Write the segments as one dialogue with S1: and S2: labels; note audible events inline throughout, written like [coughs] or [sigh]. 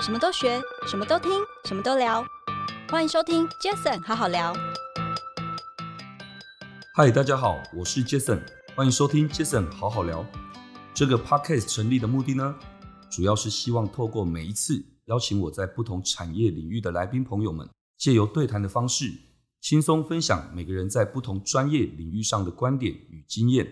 S1: 什么都学，什么都听，什么都聊。欢迎收听 Jason 好好聊。
S2: 嗨，大家好，我是 Jason，欢迎收听 Jason 好好聊。这个 podcast 成立的目的呢，主要是希望透过每一次邀请我在不同产业领域的来宾朋友们，借由对谈的方式，轻松分享每个人在不同专业领域上的观点与经验。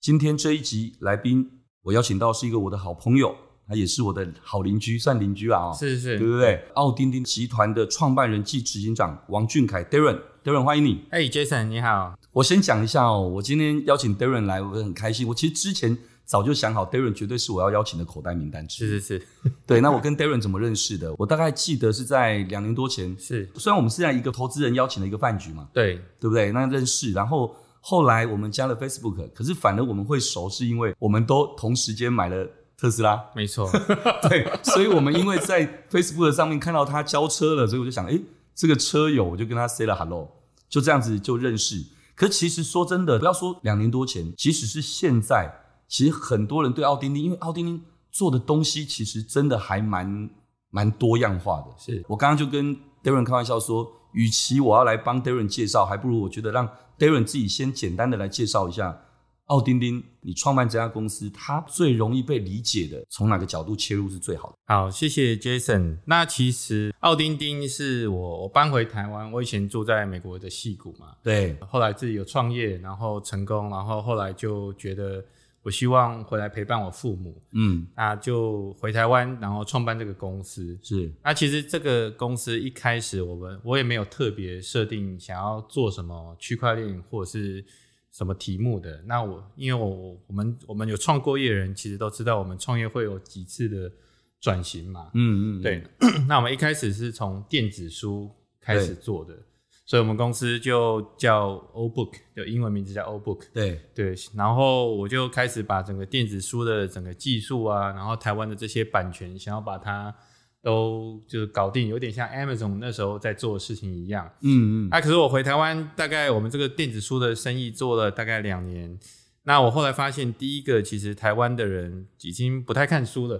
S2: 今天这一集来宾，我邀请到是一个我的好朋友，他也是我的好邻居，算邻居啦啊、哦，
S3: 是是
S2: 对
S3: 是，
S2: 不对？奥丁丁集团的创办人暨执行长王俊凯 Darren，Darren 欢迎你。
S3: 哎、j a s o n 你好，
S2: 我先讲一下哦，我今天邀请 Darren 来，我很开心。我其实之前早就想好，Darren 绝对是我要邀请的口袋名单之一。
S3: 是是是
S2: 对，那我跟 Darren 怎么认识的？我大概记得是在两年多前，
S3: 是，
S2: 虽然我们是在一个投资人邀请的一个饭局嘛，
S3: 对，
S2: 对不对？那认识，然后后来我们加了 Facebook，可是反而我们会熟，是因为我们都同时间买了特斯拉。
S3: 没错，
S2: [laughs] 对，所以我们因为在 Facebook 上面看到他交车了，所以我就想，哎，这个车友，我就跟他 say 了 hello，就这样子就认识。可其实说真的，不要说两年多前，即使是现在，其实很多人对奥丁丁，因为奥丁丁做的东西其实真的还蛮蛮多样化的。
S3: 是
S2: 我刚刚就跟 Darren 开玩笑说，与其我要来帮 Darren 介绍，还不如我觉得让 Darren 自己先简单的来介绍一下奥丁丁，你创办这家公司，它最容易被理解的，从哪个角度切入是最好的？
S3: 好，谢谢 Jason。那其实奥丁丁是我我搬回台湾，我以前住在美国的戏谷嘛，
S2: 对，
S3: 后来自己有创业，然后成功，然后后来就觉得我希望回来陪伴我父母，
S2: 嗯，
S3: 那就回台湾，然后创办这个公司。
S2: 是
S3: 那其实这个公司一开始我们我也没有特别设定想要做什么区块链或者是什么题目的。那我因为我我们我们有创过业的人，其实都知道我们创业会有几次的转型嘛。
S2: 嗯嗯，嗯，
S3: 对， [clears throat] 那我们一开始是从电子书开始
S2: 对
S3: 做的，所以我们公司就叫 O Book，就英文名字叫 O Book。
S2: 对，
S3: 对，然后我就开始把整个电子书的整个技术啊，然后台湾的这些版权，想要把它都就是搞定，有点像 Amazon 那时候在做的事情一样。
S2: 嗯嗯， [laughs]
S3: 啊，可是我回台湾，大概我们这个电子书的生意做了大概两年。那我后来发现，第一个其实台湾的人已经不太看书了。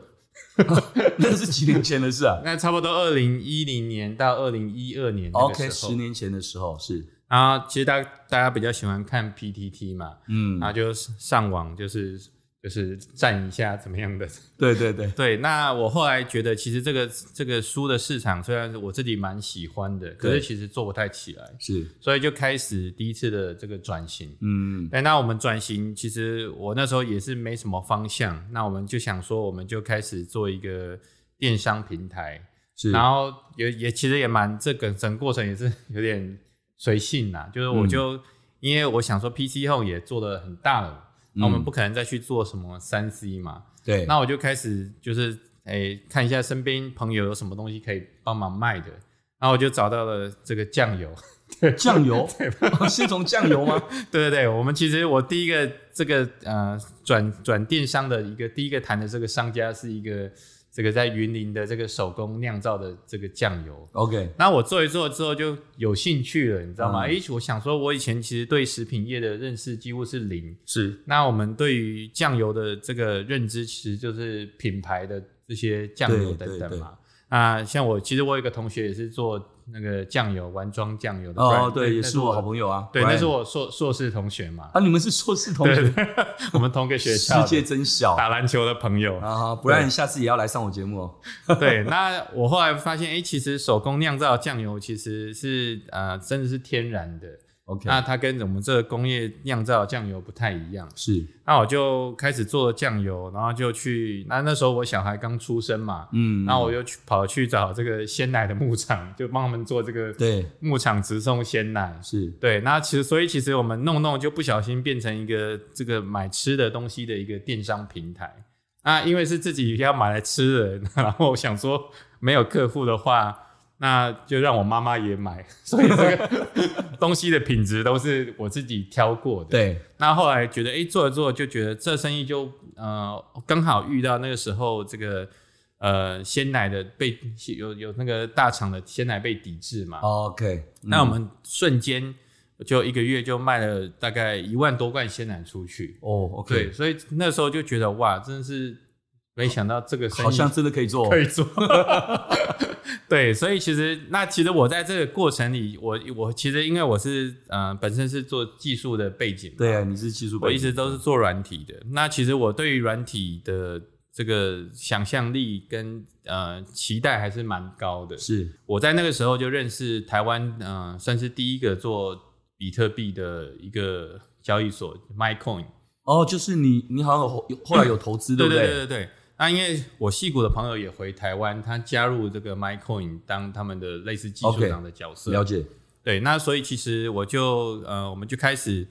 S2: 那是几年前的事啊
S3: 那差不多二零一零年到二零一二年 [laughs] 那个时候
S2: ，OK，十年前的时候是，
S3: 然后其实大大家比较喜欢看 PTT 嘛，
S2: 嗯
S3: 然，后就上网就是就是站一下怎么样的。
S2: 对对对，
S3: 对，那我后来觉得，其实这个这个书的市场虽然我自己蛮喜欢的，可
S2: 对
S3: 是其实做不太起来，
S2: 是，
S3: 所以就开始第一次的这个转型。
S2: 嗯，嗯
S3: 对，那我们转型，其实我那时候也是没什么方向，那我们就想说，我们就开始做一个电商平台，
S2: 是，
S3: 然后也也其实也蛮这个整个过程也是有点随性啦，就是
S2: 嗯
S3: 我就、因为我想说 PC Home 也做的很大了，那我们
S2: 嗯
S3: 不可能再去做什么三 C 嘛，
S2: 对，
S3: 那我就开始就是诶、看一下身边朋友有什么东西可以帮忙卖的，然后我就找到了这个酱油， [laughs]
S2: 酱油， [laughs] 是从酱油吗？
S3: 对对对，我们其实我第一个这个呃转转电商的一个第一个谈的这个商家是一个这个在云林的这个手工酿造的这个酱油。
S2: OK，
S3: 那我做一做之后就有兴趣了，你知道吗？
S2: 嗯
S3: 诶、我想说，我以前其实对食品业的认识几乎是零。
S2: 是，
S3: 那我们对于酱油的这个认知，其实就是品牌的这些酱油
S2: 对
S3: 等
S2: 对
S3: 等
S2: 对
S3: 嘛。啊，像我其实我有一个同学也是做那个酱油丸装酱油的
S2: 哦，
S3: brand，
S2: 对，也
S3: 那
S2: 是我好朋友啊，
S3: 对，那是
S2: Brian
S3: 我硕硕士同学嘛，
S2: 啊，你们是硕士同学，
S3: [laughs] 我们同个学
S2: 世
S3: 校的
S2: 界真小
S3: 打篮球的朋友。
S2: 啊！不然下次也要来上我节目哦。
S3: 对，那我后来发现，哎、其实手工酿造的酱油其实是呃，真的是天然的。
S2: OK，
S3: 那它跟我们这个工业酿造的酱油不太一样。
S2: 是，
S3: 那我就开始做酱油，然后就去那那时候我小孩刚出生嘛，
S2: 嗯，
S3: 那我又去跑去找这个鲜奶的牧场，就帮他们做这个
S2: 对
S3: 牧场直送鲜奶。
S2: 是，
S3: 对，那其实所以其实我们弄弄就不小心变成一个这个买吃的东西的一个电商平台。那因为是自己要买来吃的， [laughs] 然后我想说没有客户的话，那就让我妈妈也买， [laughs] 所以这个东西的品质都是我自己挑过的。
S2: 对
S3: 那后来觉得，哎、做着做着就觉得这生意就呃刚好遇到那个时候这个呃鲜奶的被有有那个大厂的鲜奶被抵制嘛，
S2: ，OK，嗯
S3: 那我们瞬间就一个月就卖了大概一万多罐鲜奶出去。
S2: 哦
S3: 对，
S2: ，OK，
S3: 所以那时候就觉得哇，真的是没想到这个生意
S2: 好像真的可以做哦，
S3: 可以做。
S2: [laughs]
S3: 对，所以其实那其实我在这个过程里，我我其实因为我是呃本身是做技术的背景嘛，
S2: 对啊，你是技术背景，
S3: 我一直都是做软体的。那其实我对于软体的这个想象力跟呃期待还是蛮高的。
S2: 是
S3: 我在那个时候就认识台湾，呃，算是第一个做比特币的一个交易所 MyCoin。
S2: 哦，就是你你好像有后有后来有投资，
S3: 对
S2: 不
S3: 对对对对。那因为我戏骨的朋友也回台湾，他加入这个 MyCoin 当他们的类似技术
S2: OK，
S3: 上的角色。
S2: 了解，
S3: 对，那所以其实我就呃，我们就开始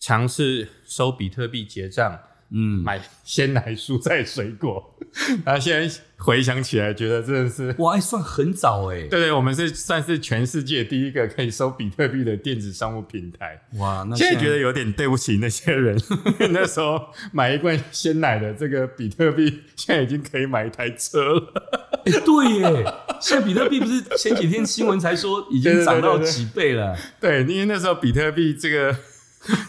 S3: 尝试收比特币结账，
S2: 嗯，
S3: 买鲜奶、蔬菜、水果。 [laughs] 然后现在回想起来，觉得真的是， [laughs]
S2: 哇，哎算很早哎，
S3: 对对，我们是算是全世界第一个可以收比特币的电子商务平台。
S2: 哇，那
S3: 现在觉得有点对不起那些人， [laughs] 那时候买一罐鲜奶的这个比特币，现在已经可以买一台车了。 [laughs]
S2: 哎对耶，现在比特币不是前几天新闻才说已经涨到
S3: 对对对对对
S2: 几倍了，
S3: 对，因为那时候比特币这个 [laughs]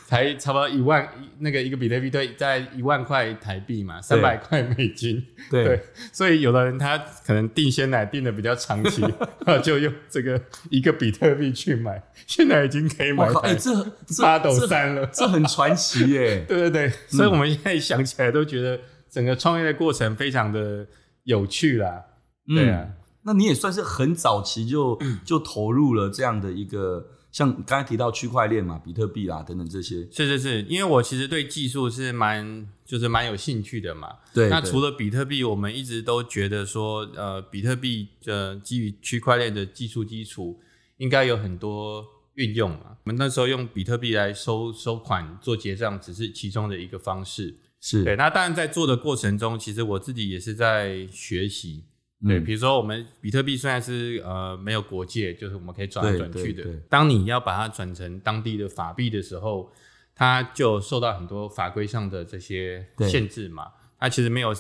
S3: 才差不多一万，那个一个比特币对在一万块台币嘛，三百块美金。对
S2: 对，，
S3: 所以有的人他可能订鲜奶订的比较长 [laughs] 期，啊就用这个一个比特币去买，现在已经可以买
S2: 我
S3: 一
S2: 靠，哎
S3: 台
S2: 这
S3: 八
S2: 这
S3: 斗
S2: 这
S3: 三了。
S2: 这很传奇耶，
S3: 对对对，所以我们现在想起来都觉得整个创业的过程非常的有趣啦。 [laughs] 对啊嗯
S2: 嗯，，那你也算是很早期就就投入了这样的一个，像刚才提到区块链嘛、比特币啦啊等等这些，
S3: 是是是，因为我其实对技术是蛮就是蛮有兴趣的嘛。
S2: 对，
S3: 那
S2: 对
S3: 除了比特币，我们一直都觉得说，呃，比特币呃基于区块链的技术基础，应该有很多运用嘛。我们那时候用比特币来收收款做结账，只是其中的一个方式。
S2: 是
S3: 对，那当然在做的过程中，其实我自己也是在学习。对，
S2: 嗯
S3: 比如说我们比特币虽然是呃没有国界，就是我们可以转来
S2: 对
S3: 转去的
S2: 对对。
S3: 当你要把它转成当地的法币的时候，它就受到很多法规上的这些
S2: 对
S3: 限制嘛，它其实没有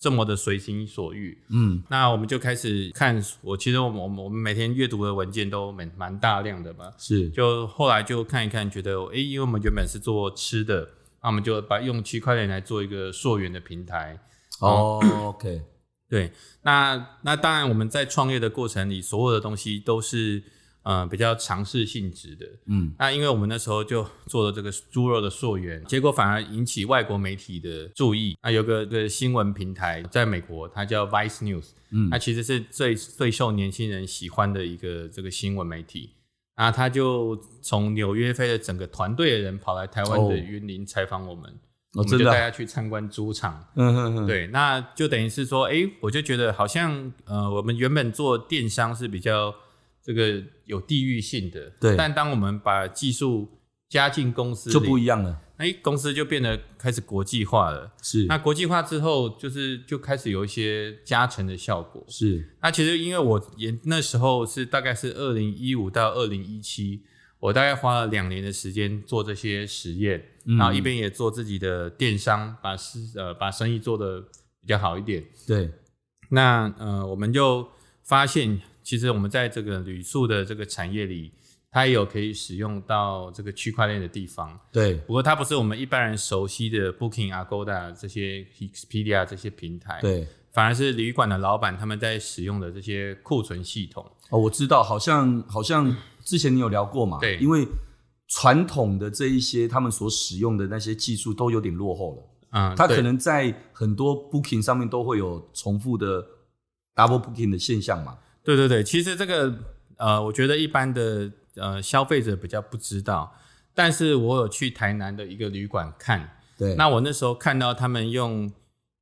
S3: 这么的随心所欲。
S2: 嗯，
S3: 那我们就开始看，我其实我们我们我们每天阅读的文件都蛮蛮大量的嘛，
S2: 是
S3: 就后来就看一看，觉得诶，因为我们原本是做吃的，那我们就把用区块链来做一个溯源的平台。
S2: 哦，OK，
S3: 对，那那当然我们在创业的过程里，所有的东西都是呃比较尝试性质的。
S2: 嗯，
S3: 那因为我们那时候就做了这个猪肉的溯源，结果反而引起外国媒体的注意。那有个个新闻平台在美国，它叫 Vice News，
S2: 嗯
S3: 那其实是最最受年轻人喜欢的一个这个新闻媒体。那他就从纽约飞的整个团队的人跑来台湾
S2: 哦
S3: 的云林采访我们，我
S2: 哦，
S3: 们
S2: 真
S3: 就
S2: 的
S3: 带
S2: 啊，
S3: 他去参观猪场。
S2: 嗯哼哼，
S3: 对，那就等于是说，诶，我就觉得好像呃，我们原本做电商是比较这个有地域性的，
S2: 对
S3: 但当我们把技术加进公司里，
S2: 就不一样了，
S3: 哎，公司就变得开始国际化了。
S2: 是
S3: 那国际化之后，就是就开始有一些加成的效果。
S2: 是，
S3: 那其实因为我也那时候是大概是二零一五到二零一七，我大概花了两年的时间做这些实验，
S2: 嗯
S3: 然后一边也做自己的电商，把事呃把生意做得比较好一点。
S2: 对，
S3: 那呃，我们就发现，其实我们在这个旅宿的这个产业里，它也有可以使用到这个区块链的地方。
S2: 对，
S3: 不过它不是我们一般人熟悉的 Booking、Agoda 这些 Expedia 这些平台，，
S2: 对，
S3: 反而是旅馆的老板他们在使用的这些库存系统。
S2: 哦，我知道，好像好像之前你有聊过嘛，
S3: 对
S2: 因为传统的这一些他们所使用的那些技术都有点落后了。
S3: 嗯，
S2: 它可
S3: 对
S2: 能在很多 booking 上面都会有重复的 double booking 的现象嘛。
S3: 对对对，其实这个呃，我觉得一般的呃消费者比较不知道，但是我有去台南的一个旅馆看，
S2: 对，
S3: 那我那时候看到他们用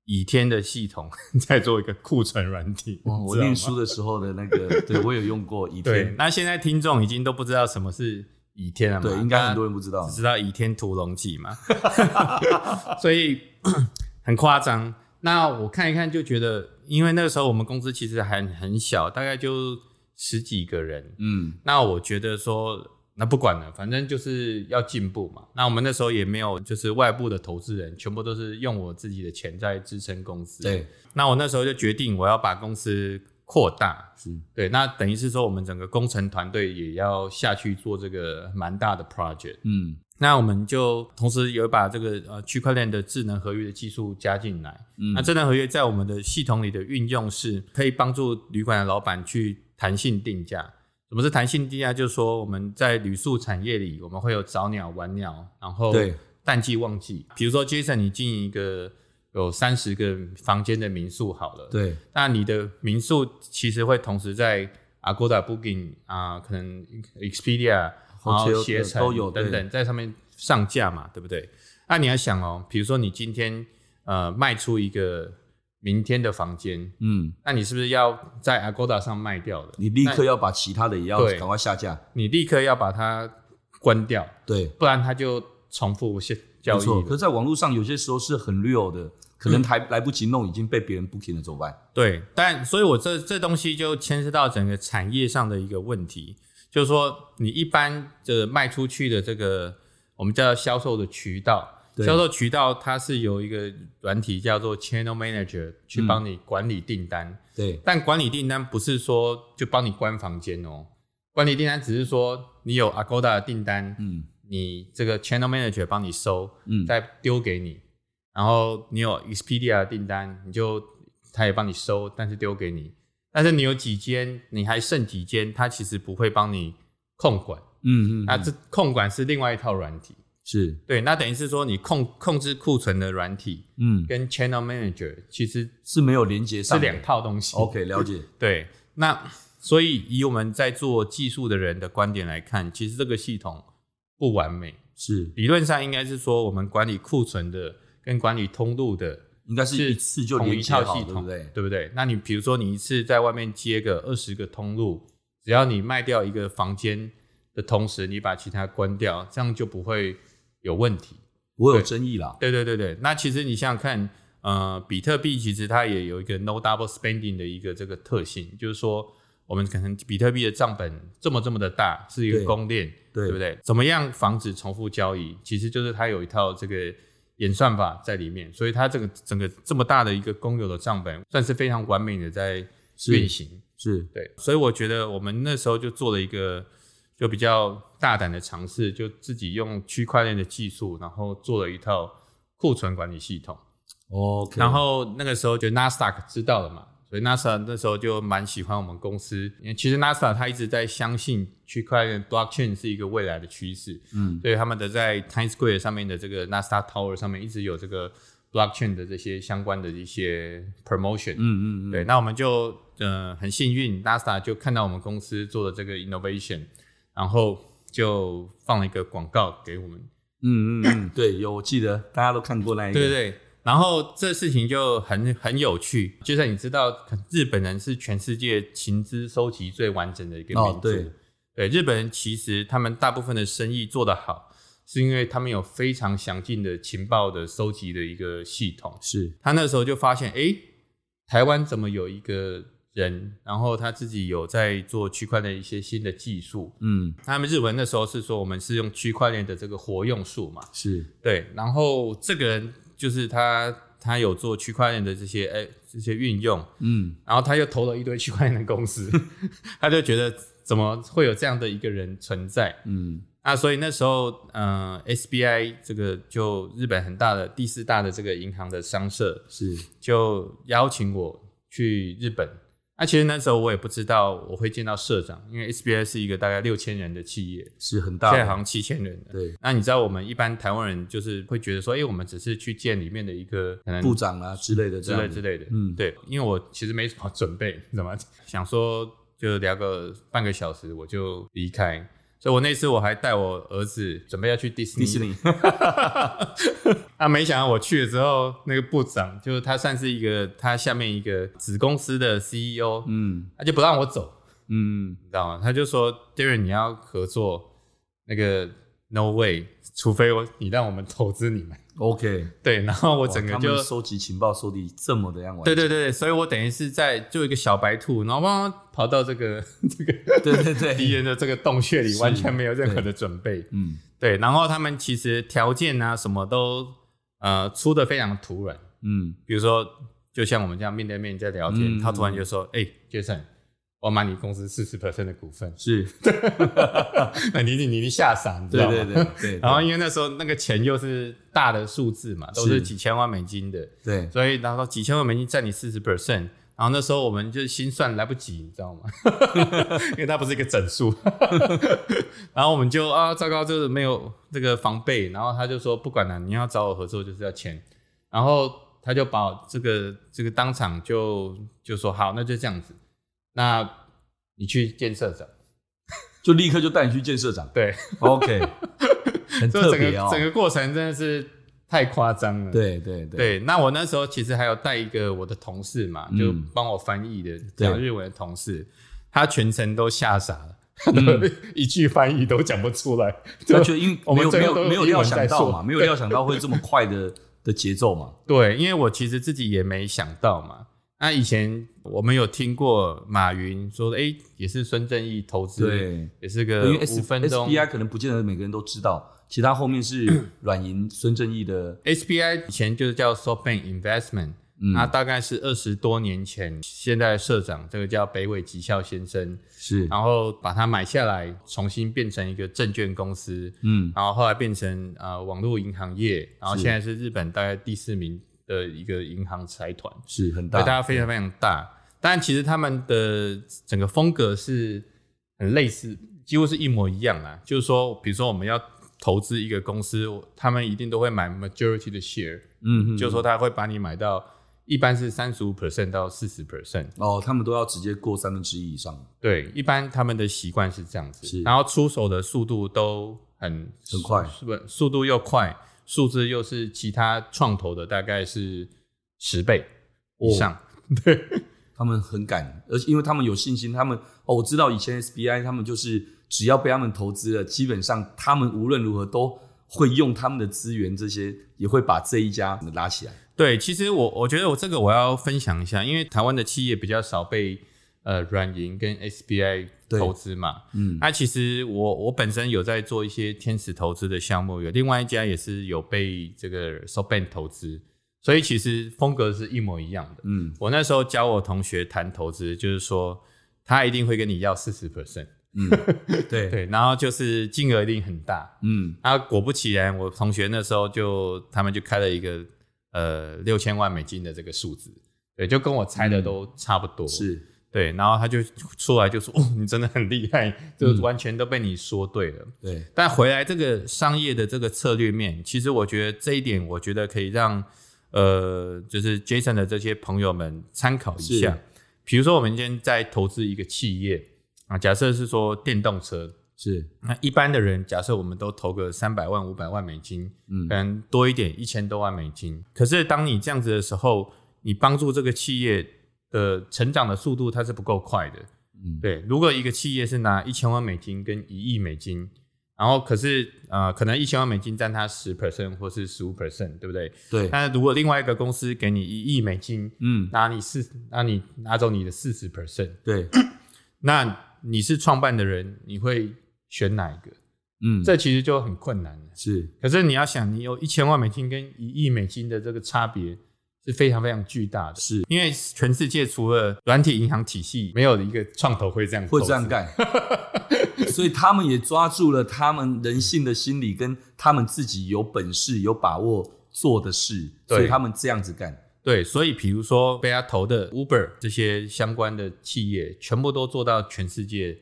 S3: 倚天的系统 [laughs] 在做一个库存软体，
S2: 哇
S3: 你
S2: 我
S3: 知道吗
S2: 念书的时候的那个，
S3: [laughs]
S2: 对我有用过倚
S3: 对
S2: 天，，
S3: 那现在听众已经都不知道什么是倚天了嘛？
S2: 对，应该很多人不知
S3: 那
S2: 道
S3: 只。知道《倚天屠龙记》嘛， [laughs] 所以 [clears throat] 很夸张。那我看一看就觉得，因为那个时候我们公司其实还很小，大概就十几个人，
S2: 嗯，
S3: 那我觉得说，那不管了，反正就是要进步嘛。那我们那时候也没有就是外部的投资人，全部都是用我自己的钱在支撑公司。，
S2: 对，
S3: 那我那时候就决定我要把公司扩大。
S2: 是，
S3: 对，那等于是说我们整个工程团队也要下去做这个蛮大的 project。
S2: 嗯，
S3: 那我们就同时有把这个呃区块链的智能合约的技术加进来。
S2: 嗯
S3: 那智能合约在我们的系统里的运用是可以帮助旅馆的老板去弹性定价。什么是弹性定价？就是说我们在旅宿产业里，我们会有早鸟、晚鸟，然后
S2: 对
S3: 淡季、旺季。比如说，Jason，你经营一个有三十个房间的民宿好了，
S2: 对，
S3: 那你的民宿其实会同时在 Agoda、Booking 啊、可能 Expedia，然后
S2: Hotel 呃
S3: 携程
S2: 都有
S3: 等
S2: 对
S3: 等，在上面上架嘛，对不对？那你要想哦，比如说你今天呃卖出一个明天的房间，
S2: 嗯，
S3: 那你是不是要在 Agoda 上卖掉的？
S2: 你立
S3: 那
S2: 刻要把其他的也要
S3: 对
S2: 赶快下架，
S3: 你立刻要把它关掉，
S2: 对，
S3: 不然它就重复交
S2: 没
S3: 交易嗯
S2: 错。
S3: 了
S2: 可是在网络上有些时候是很 real 的，可能还来不及弄，已经被别人 booking 了，怎么办？
S3: 对，但所以我这这东西就牵涉到整个产业上的一个问题，就是说你一般的卖出去的这个我们叫销售的渠道，
S2: 对
S3: 销售渠道它是由一个软体叫做 Channel Manager 去帮你管理订单，
S2: 对，
S3: 但管理订单不是说就帮你关房间哦，管理订单只是说你有 Agoda 的订单，
S2: 嗯
S3: 你这个 Channel Manager 帮你收，
S2: 嗯，
S3: 再丢给你，然后你有 Expedia 的订单，你就他也帮你收，但是丢给你。但是你有几间，你还剩几间，他其实不会帮你控管。
S2: 嗯嗯，
S3: 那
S2: 嗯
S3: 这控管是另外一套软体，
S2: 是，
S3: 对，那等于是说你控控制库存的软体
S2: 嗯，
S3: 跟 Channel Manager 其实
S2: 是没有连接
S3: 是
S2: 上的，
S3: 两套东西。
S2: OK，了解，
S3: 对，那所以以我们在做技术的人的观点来看，其实这个系统不完美。
S2: 是，
S3: 理论上应该是说，我们管理库存的跟管理通路的
S2: 应该是
S3: 是
S2: 一次就
S3: 同
S2: 连
S3: 一
S2: 接
S3: 套
S2: 好，
S3: 系
S2: 对不
S3: 统，
S2: 对？
S3: 不对？那你比如说你一次在外面接个二十个通路，只要你卖掉一个房间的同时，你把其他关掉，这样就不会有问题。
S2: 不会有
S3: 对
S2: 争议啦，
S3: 对对对对，那其实你想想看，呃，比特币其实它也有一个 no double spending 的一个这个特性，就是说我们可能比特币的账本这么这么的大，是一
S2: 对
S3: 个公链，
S2: 对
S3: 不对？怎么样防止重复交易？其实就是它有一套这个演算法在里面，所以它这个整个这么大的一个公有的账本，算是非常完美的在
S2: 是
S3: 运行。
S2: 是，
S3: 对，所以我觉得我们那时候就做了一个就比较大胆的尝试，就自己用区块链的技术，然后做了一套库存管理系统。
S2: OK，
S3: 然后那个时候就 NASDAQ 知道了嘛，所以 NASA 那时候就蛮喜欢我们公司，因为其实 NASA 它一直在相信区块链 blockchain 是一个未来的趋势，
S2: 嗯，
S3: 所以他们的在 Times Square 上面的这个 NASA Tower 上面一直有这个 blockchain 的这些相关的一些 promotion，
S2: 嗯嗯嗯，
S3: 对，那我们就呃很幸运，NASA 就看到我们公司做的这个 innovation，然后就放了一个广告给我们。
S2: 嗯嗯嗯，对，有我记得大家都看过那一个，
S3: 对对，然后这事情就很很有趣。就像你知道，可日本人是全世界情资收集最完整的一个民族。
S2: 哦对
S3: 对日本人其实他们大部分的生意做得好，是因为他们有非常详尽的情报的收集的一个系统。
S2: 是，
S3: 他那时候就发现，诶，台湾怎么有一个人，然后他自己有在做区块链一些新的技术。
S2: 嗯
S3: 他们日文那时候是说，我们是用区块链的这个活用术嘛，
S2: 是，
S3: 对。然后这个人就是他，他有做区块链的这些哎这些运用，
S2: 嗯
S3: 然后他又投了一堆区块链的公司，他就觉得怎么会有这样的一个人存在？
S2: 嗯
S3: 那所以那时候，嗯、呃、，SBI 这个就日本很大的第四大的这个银行的商社，
S2: 是，
S3: 就邀请我去日本。那、其实那时候我也不知道我会见到社长，因为 SBI 是一个大概六千人的企业，
S2: 是很
S3: 现
S2: 大
S3: 在好
S2: 的，
S3: 像七千人了。
S2: 对，
S3: 那你知道我们一般台湾人就是会觉得说，哎、我们只是去见里面的一个可能
S2: 部长啊之类的这
S3: 之
S2: 样
S3: 类
S2: 子
S3: 之类的，
S2: 嗯
S3: 嗯，对，因为我其实没什么准备，你知道吗？想说就聊个半个小时我就离开，所以我那次我还带我儿子准备要去迪士尼，
S2: 迪士尼，
S3: [laughs] 啊，没想到我去了之后，那个部长就是他算是一个他下面一个子公司的 CEO，、
S2: 嗯
S3: 他就不让我走，
S2: 嗯，
S3: 你知道吗？他就说 d a r r e n 你要合作，那个 No way，除非我你让我们投资你们。 [laughs]
S2: OK，
S3: 对，然后我
S2: 我
S3: 整个就
S2: 收集情报收集这么的样玩，
S3: 对对对，所以我等于是在做一个小白兔，然后汪汪跑到这个 [laughs] 这
S2: [laughs]
S3: 个
S2: 对对
S3: 敌
S2: 对，
S3: 人的这个洞穴里，
S2: 是
S3: 完全没有任何的准备。
S2: 嗯
S3: 对，然后他们其实条件啊什么都呃出的非常突然。
S2: 嗯
S3: 比如说，就像我们这样面对面在聊
S2: 嗯，
S3: 天，他突然就说：“哎、杰森，我买你公司四十 percent 的股份 [laughs]
S2: 是，
S3: 那你你你你吓傻，你知
S2: 对
S3: 道吗？
S2: 对对对，
S3: [laughs] 然后因为那时候那个钱又是大的数字嘛，都是
S2: 是
S3: 几千万美金的，
S2: 对
S3: 所以然后几千万美金占你四十 percent。然后那时候我们就心算来不及，你知道吗？ [laughs] 因为它不是一个整数。 [laughs] 然后我们就啊，糟糕，就是没有这个防备。然后他就说，不管了、你要找我合作就是要钱。然后他就把这个这个当场就就说好，那就这样子。那你去见社长，
S2: 就立刻就带你去见社长
S3: 对， [laughs]
S2: ，OK，很
S3: 所以
S2: 特
S3: 整
S2: 别
S3: 个
S2: 哦，
S3: 整个过程真的是太夸张了。
S2: 对对对，
S3: 对，那我那时候其实还有带一个我的同事嘛，
S2: 嗯
S3: 就帮我翻译的
S2: 对
S3: 讲日文的同事，他全程都吓傻了， [laughs]
S2: 嗯
S3: 一句翻译都讲不出来。
S2: 那就因
S3: 我
S2: 没
S3: 们
S2: 有没
S3: 最后
S2: 有
S3: 都
S2: 没有
S3: 用英
S2: 料
S3: 文
S2: 想
S3: 在
S2: 到
S3: 说
S2: 嘛，没有料想到会这么快的的节奏
S3: [laughs]
S2: 嘛，
S3: 对，因为我其实自己也没想到嘛。那以前我们有听过马云说，哎、也是孙正义投资，，
S2: 对，
S3: 也是
S2: 因
S3: 个
S2: 为
S3: 五
S2: S
S3: 分钟
S2: SBI 可能不见得每个人都知道，其实他后面
S3: [coughs]
S2: 是软银、孙正义的，
S3: SBI 以前就是叫 SoftBank Investment，、
S2: 嗯，
S3: 那大概是二十多年前，现在的社长这个叫北尾吉孝先生，
S2: 是，
S3: 然后把它买下来，重新变成一个证券公司，
S2: 嗯，
S3: 然后后来变成呃网络银行业，然后
S2: 是
S3: 现在是日本大概第四名的一个银行财团，
S2: 是很
S3: 所
S2: 大，
S3: 以
S2: 嗯
S3: 它非常非常大。但其实他们的整个风格是很类似，几乎是一模一样啦。就是说，比如说我们要投资一个公司，他们一定都会买 majority 的 share，、
S2: 嗯嗯，
S3: 就是说他会把你买到一般是三十五 percent 到四十 percent。
S2: 哦，他们都要直接过三分之一以上，
S3: 对，一般他们的习惯是这样
S2: 是
S3: 子，然后出手的速度都很
S2: 很快
S3: 是不？速度又快，数字又是其他创投的大概是十倍
S2: 哦
S3: 以上。
S2: 他们很敢，而且因为他们有信心，他们哦，我知道以前 SBI 他们就是只要被他们投资了，基本上他们无论如何都会用他们的资源，这些也会把这一家拉起来，
S3: 对，其实我我觉得我这个我要分享一下，因为台湾的企业比较少被呃软银跟 SBI
S2: 对
S3: 投资嘛。
S2: 嗯，
S3: 那、其实我我本身有在做一些天使投资的项目，有另外一家也是有被这个 SoftBank 投资，所以其实风格是一模一样的。
S2: 嗯
S3: 我那时候教我同学谈投资，就是说他一定会跟你要四十 percent，
S2: 嗯，对，
S3: 对，然后就是金额一定很大。
S2: 嗯，
S3: 啊，果不其然，我同学那时候就他们就开了一个呃六千万美金的这个数字，对，就跟我猜的都差不多。
S2: 是，
S3: 对，然后他就出来就说：“哦，你真的很厉害，就完全都被你说对了。
S2: 对，
S3: 但回来这个商业的这个策略面，其实我觉得这一点，我觉得可以让呃，就是 Jason 的这些朋友们参考一下
S2: 是。
S3: 比如说，我们今天在投资一个企业啊，假设是说电动车，
S2: 是，
S3: 那一般的人，假设我们都投个三百万、五百万美金，
S2: 嗯
S3: 可能多一点一千多万美金。可是当你这样子的时候，你帮助这个企业的成长的速度它是不够快的。
S2: 嗯，
S3: 对，如果一个企业是拿一千万美金跟一亿美金，然后可是呃，可能一千万美金占它十 percent 或是十五 percent，对不对？
S2: 对，
S3: 但是如果另外一个公司给你一亿美金，
S2: 嗯，
S3: 拿你四，拿你拿走你的四十 percent，
S2: 对，
S3: 那你是创办的人，你会选哪一个？
S2: 嗯，
S3: 这其实就很困难了。
S2: 是，
S3: 可是你要想，你有一千万美金跟一亿美金的这个差别是非常非常巨大的，
S2: 是
S3: 因为全世界除了软体银行体系，没有一个创投会这样
S2: 会
S3: 投
S2: 这样
S3: 资
S2: 干，所以他们也抓住了他们人性的心理，跟他们自己有本事、有把握做的事，
S3: 对
S2: 所以他们这样子干。
S3: 对，所以比如说被他投的 Uber 这些相关的企业，全部都做到全世界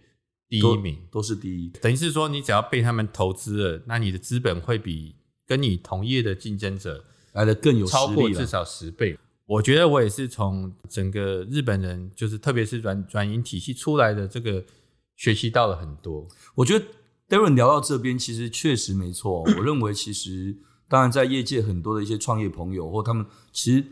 S3: 第一名，
S2: 都是第一，
S3: 等于是说你只要被他们投资了，那你的资本会比跟你同业的竞争者
S2: 来的更有实
S3: 超过
S2: 力
S3: 至
S2: 了。
S3: 少十倍。我觉得我也是从整个日本人，就是特别是软软银体系出来的这个学习到了很多。
S2: 我觉得 Darren 聊到这边，其实确实没错。哦我认为其实，当然在业界很多的一些创业朋友或他们，其实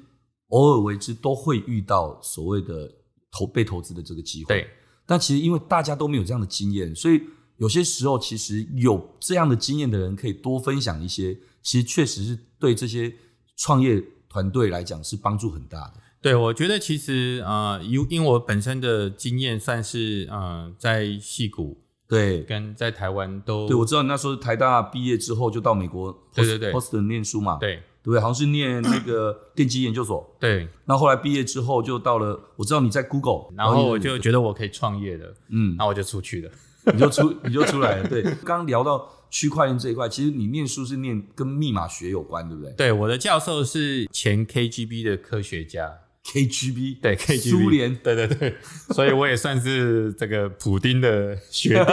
S2: 偶尔为之都会遇到所谓的投被投资的这个机会。
S3: 对，
S2: 但其实因为大家都没有这样的经验，所以有些时候其实有这样的经验的人可以多分享一些，其实确实是对这些创业团队来讲是帮助很大的。
S3: 对，我觉得其实呃，因因为我本身的经验算是呃，在戏谷
S2: 对，
S3: 跟在台湾都
S2: 对我知道你那时候台大毕业之后就到美国 Post,
S3: 对对对
S2: Boston 念书嘛，，
S3: 对
S2: 不对？好像是念那
S3: [coughs]
S2: 个电机研究所，
S3: 对，
S2: 那后来毕业之后就到了，我知道你在 Google，
S3: 然后我
S2: 你
S3: 就觉得我可以创业了，
S2: 嗯，
S3: [laughs] 那我就出去了。
S2: 你就出你就出来了。对，刚刚聊到区块链这一块，其实你念书是念跟密码学有关，对不对
S3: 对，我的教授是前 KGB 的科学家，
S2: ？KGB
S3: 对 KGB，
S2: 苏联
S3: 对对对，所以我也算是这个普丁的学 [laughs] 弟。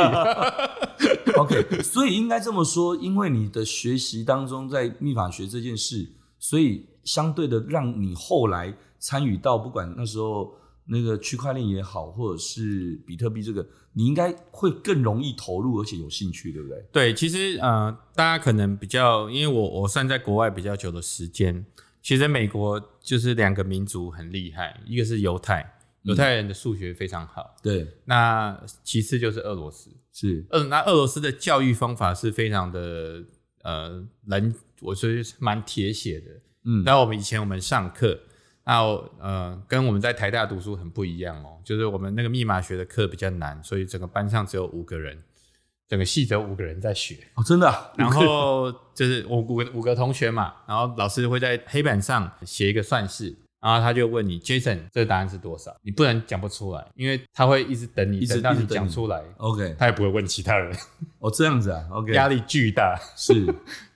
S2: [laughs] OK，所以应该这么说，因为你的学习当中在密码学这件事，所以相对的让你后来参与到不管那时候那个区块链也好，或者是比特币这个，你应该会更容易投入，而且有兴趣，对不对？
S3: 对，其实呃，大家可能比较，因为我我算在国外比较久的时间，其实美国就是两个民族很厉害，一个是犹太，犹太人的数学非常好，
S2: 对，
S3: 那其次就是俄罗斯，
S2: 是
S3: 呃，那俄罗斯的教育方法是非常的呃人，我觉得是蛮铁血的。
S2: 嗯
S3: 那我们以前我们上课，那我呃跟我们在台大读书很不一样哦，就是我们那个密码学的课比较难，所以整个班上只有五个人，整个系只有五个人在学。
S2: 哦，真的啊、
S3: 然后就是我五个五个同学嘛，然后老师会在黑板上写一个算式，然后他就问你，Jason，这个答案是多少？你不能讲不出来，因为他会一直等你，
S2: 一直
S3: 等到
S2: 一直
S3: 你
S2: 等
S3: 讲
S2: 你
S3: 出来，
S2: OK，
S3: 他也不会问其他人，
S2: 哦这样子啊，OK，
S3: 压力巨大。
S2: 是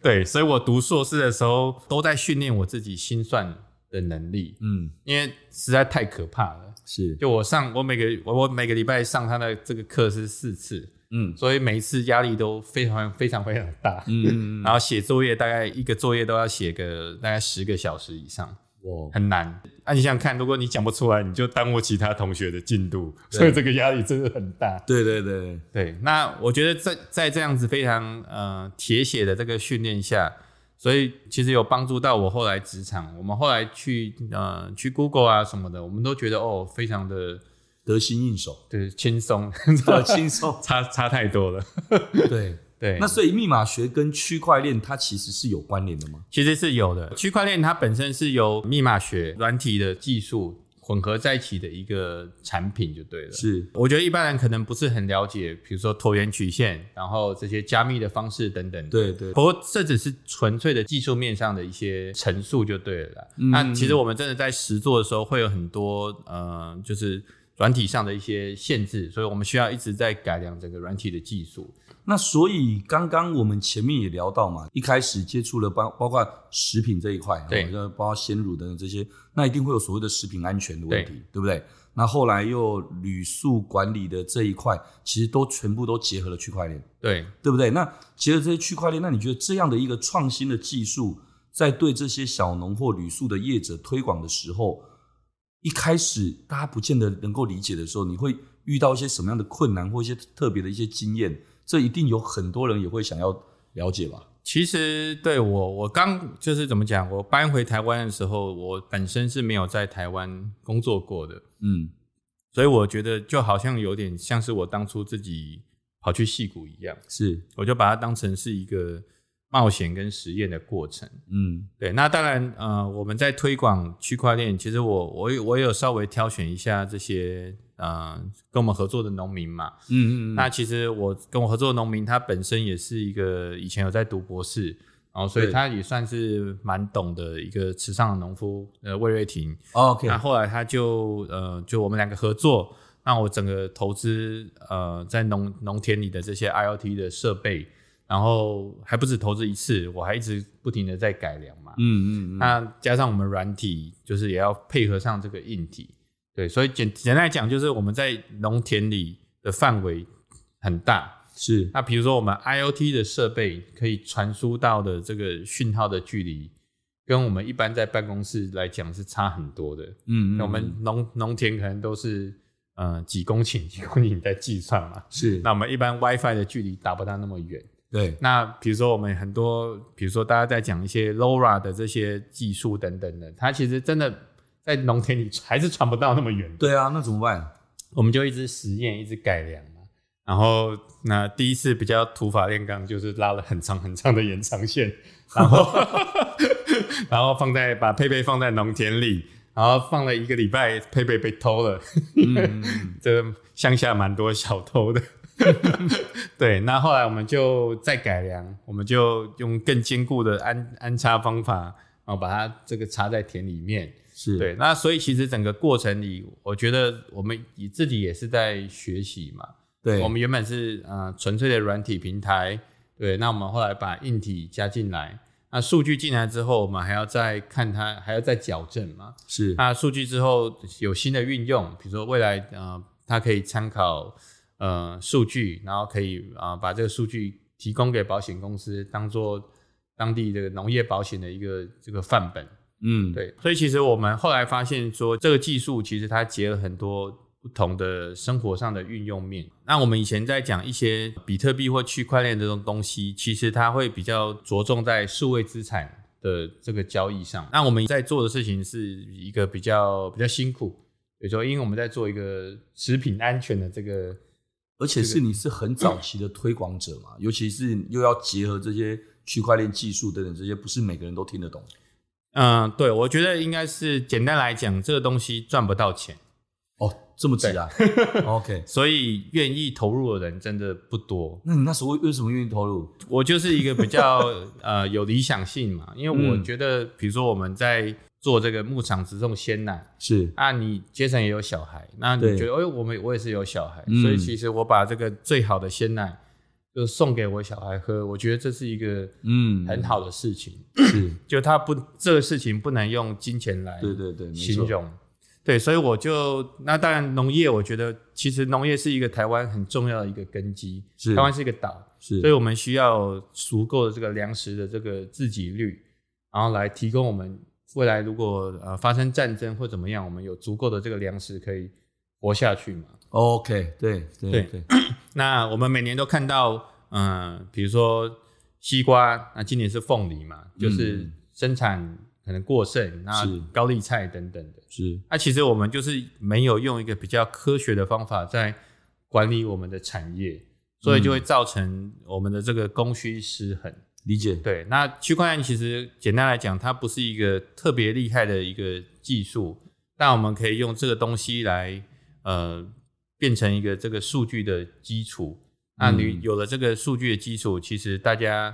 S3: 对，所以我读硕士的时候都在训练我自己心算的能力，
S2: 嗯
S3: 因为实在太可怕了。
S2: 是
S3: 就我上我每个我我每个礼拜上他的这个课是四次，
S2: 嗯
S3: 所以每一次压力都非常非常非常大。
S2: 嗯，
S3: 然后写作业大概一个作业都要写个大概十个小时以上，
S2: 我
S3: 很难。那、你想想看，如果你讲不出来，你就耽误其他同学的进度，所以这个压力真的很大。
S2: 对对对，
S3: 对，那我觉得在在这样子非常呃铁血的这个训练下，所以其实有帮助到我后来职场。我们后来去呃去 Google 啊什么的，我们都觉得哦，非常的
S2: 得心应手，
S3: 就是轻松， [laughs]
S2: 很轻松。
S3: 差差太多了。
S2: 对，
S3: 对，
S2: 那所以密码学跟区块链它其实是有关联的吗？
S3: 其实是有的。区块链它本身是由密码学软体的技术混合在一起的一个产品，就对了。
S2: 是，
S3: 我觉得一般人可能不是很了解，比如说椭圆曲线，然后这些加密的方式等等。
S2: 对对
S3: 不过这只是纯粹的技术面上的一些陈述就对了啦。
S2: 嗯
S3: 那其实我们真的在实做的时候，会有很多呃，就是软体上的一些限制，所以我们需要一直在改良整个软体的技术。
S2: 那所以刚刚我们前面也聊到嘛，一开始接触了包包括食品这一块，
S3: 对
S2: 哦就包括鲜乳等等这些，那一定会有所谓的食品安全的问题，
S3: 对
S2: 对不对？那后来又旅宿管理的这一块，其实都全部都结合了区块链，
S3: 对，
S2: 对不对？那结合这些区块链，那你觉得这样的一个创新的技术，在对这些小农或旅宿的业者推广的时候，一开始大家不见得能够理解的时候，你会遇到一些什么样的困难或一些特别的一些经验？这一定有很多人也会想要了解吧？
S3: 其实对我，我刚就是怎么讲，我搬回台湾的时候，我本身是没有在台湾工作过的，
S2: 嗯，
S3: 所以我觉得就好像有点像是我当初自己跑去戏谷一样，
S2: 是，
S3: 我就把它当成是一个冒险跟实验的过程。
S2: 嗯
S3: 对，那当然，呃，我们在推广区块链，其实我我也我也有稍微挑选一下这些呃跟我们合作的农民嘛，
S2: 嗯嗯，
S3: 那其实我跟我合作的农民，他本身也是一个以前有在读博士，然后所以
S2: 对
S3: 他也算是蛮懂的一个池上的农夫，呃，魏瑞婷。
S2: 哦 OK，
S3: 那后来他就呃，就我们两个合作，那我整个投资呃，在农农田里的这些 IOT 的设备，然后还不止投资一次，我还一直不停的在改良嘛。
S2: 嗯嗯嗯，
S3: 那加上我们软体，就是也要配合上这个硬体，对，所以简简单来讲，就是我们在农田里的范围很大。
S2: 是，
S3: 那比如说我们 IOT 的设备可以传输到的这个讯号的距离，跟我们一般在办公室来讲是差很多的。
S2: 嗯嗯，
S3: 那我们农农田可能都是呃几公顷几公顷在计算嘛，
S2: 是
S3: 那我们一般 WiFi 的距离达不到那么远。
S2: 对，
S3: 那比如说我们很多，比如说大家在讲一些 LoRa 的这些技术等等的，它其实真的在农田里还是传不到那么远的。
S2: 对啊，那怎么办？
S3: 我们就一直实验，一直改良嘛。然后那第一次比较土法炼钢，就是拉了很长很长的延长线，然后 [laughs] 然后放在把佩佩放在农田里，然后放了一个礼拜，佩佩被偷了。
S2: 嗯嗯嗯
S3: [laughs] 这乡下蛮多小偷的。 [laughs] 对，那后来我们就再改良，我们就用更坚固的安安插方法，然然后把它这个插在田里面。
S2: 是，
S3: 对，那所以其实整个过程里，我觉得我们以自己也是在学习嘛。
S2: 对，
S3: 我们原本是呃纯粹的软体平台，对，那我们后来把硬体加进来，那数据进来之后，我们还要再看它，还要再矫正嘛。
S2: 是
S3: 那数据之后有新的运用，比如说未来呃，它可以参考呃数据，然后可以啊、呃把这个数据提供给保险公司，当做当地这个农业保险的一个这个范本。
S2: 嗯，
S3: 对，所以其实我们后来发现说，这个技术其实它结了很多不同的生活上的运用面。那我们以前在讲一些比特币或区块链这种东西，其实它会比较着重在数位资产的这个交易上。那我们在做的事情是一个比较比较辛苦，比如说因为我们在做一个食品安全的这个
S2: 而且是你是很早期的推广者嘛，尤其是又要结合这些区块链技术等等这些，不是每个人都听得懂。
S3: 嗯，对，我觉得应该是简单来讲，这个东西赚不到钱，
S2: 哦，这么急啊？OK，
S3: 所以愿意投入的人真的不多。
S2: 那你那时候为什么愿意投入？
S3: 我就是一个
S2: [laughs]
S3: 比较呃有理想性嘛，因为我
S2: 嗯
S3: 觉得，比如说我们在做这个牧场直送鲜奶，
S2: 是
S3: 啊，你杰森也有小孩，那你
S2: 对
S3: 觉得，哎，我们我也是有小孩，
S2: 嗯
S3: 所以其实我把这个最好的鲜奶就送给我小孩喝，我觉得这是一个
S2: 嗯
S3: 很好的事情，
S2: 是，
S3: 就他不这个事情不能用金钱来
S2: 对对对，没
S3: 形
S2: 错，
S3: 容。对，所以我就那当然农业，我觉得其实农业是一个台湾很重要的一个根基，
S2: 是
S3: 台湾是一个岛，
S2: 是
S3: 所以我们需要足够的这个粮食的这个自给率，然后来提供我们未来如果呃发生战争或怎么样，我们有足够的这个粮食可以活下去嘛。
S2: OK，对对
S3: 对
S2: 对，
S3: 那我们每年都看到，嗯、比如说西瓜，那今年是凤梨嘛，就是
S2: 嗯
S3: 生产可能过剩，那
S2: 是
S3: 高丽菜等等的。
S2: 是
S3: 那其实我们就是没有用一个比较科学的方法在管理我们的产业，所以就会造成我们的这个供需失衡。
S2: 理解，
S3: 对，那区块链其实简单来讲，它不是一个特别厉害的一个技术，但我们可以用这个东西来呃变成一个这个数据的基础。那你
S2: 嗯
S3: 有了这个数据的基础，其实大家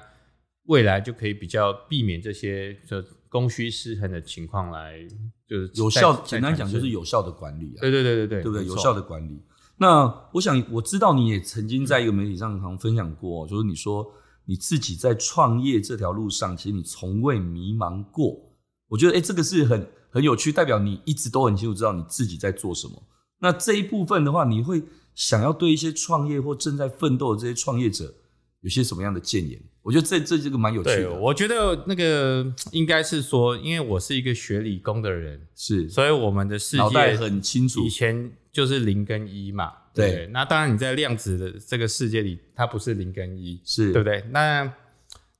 S3: 未来就可以比较避免这些就供需失衡的情况来，就是
S2: 有
S3: 再
S2: 效，
S3: 再
S2: 简单讲
S3: 产
S2: 就是
S3: 生
S2: 有效的管理啊，
S3: 对对对对对，
S2: 对不对？
S3: 没
S2: 有
S3: 错
S2: 效的管理。那我想我知道你也曾经在一个媒体上好像分享过哦，就是你说你自己在创业这条路上，其实你从未迷茫过。我觉得哎、诶这个是很很有趣，代表你一直都很清楚知道你自己在做什么。那这一部分的话，你会想要对一些创业或正在奋斗的这些创业者有些什么样的建言？我觉得这这这个蛮有趣
S3: 对，
S2: 的，
S3: 我觉得那个应该是说，因为我是一个学理工的人，
S2: 是
S3: 所以我们的世
S2: 脑袋
S3: 界
S2: 很清楚
S3: 以，前就是零跟一嘛，
S2: 对
S3: 对不对。那当然你在量子的这个世界里，它不是零跟一，
S2: 是
S3: 对不对？那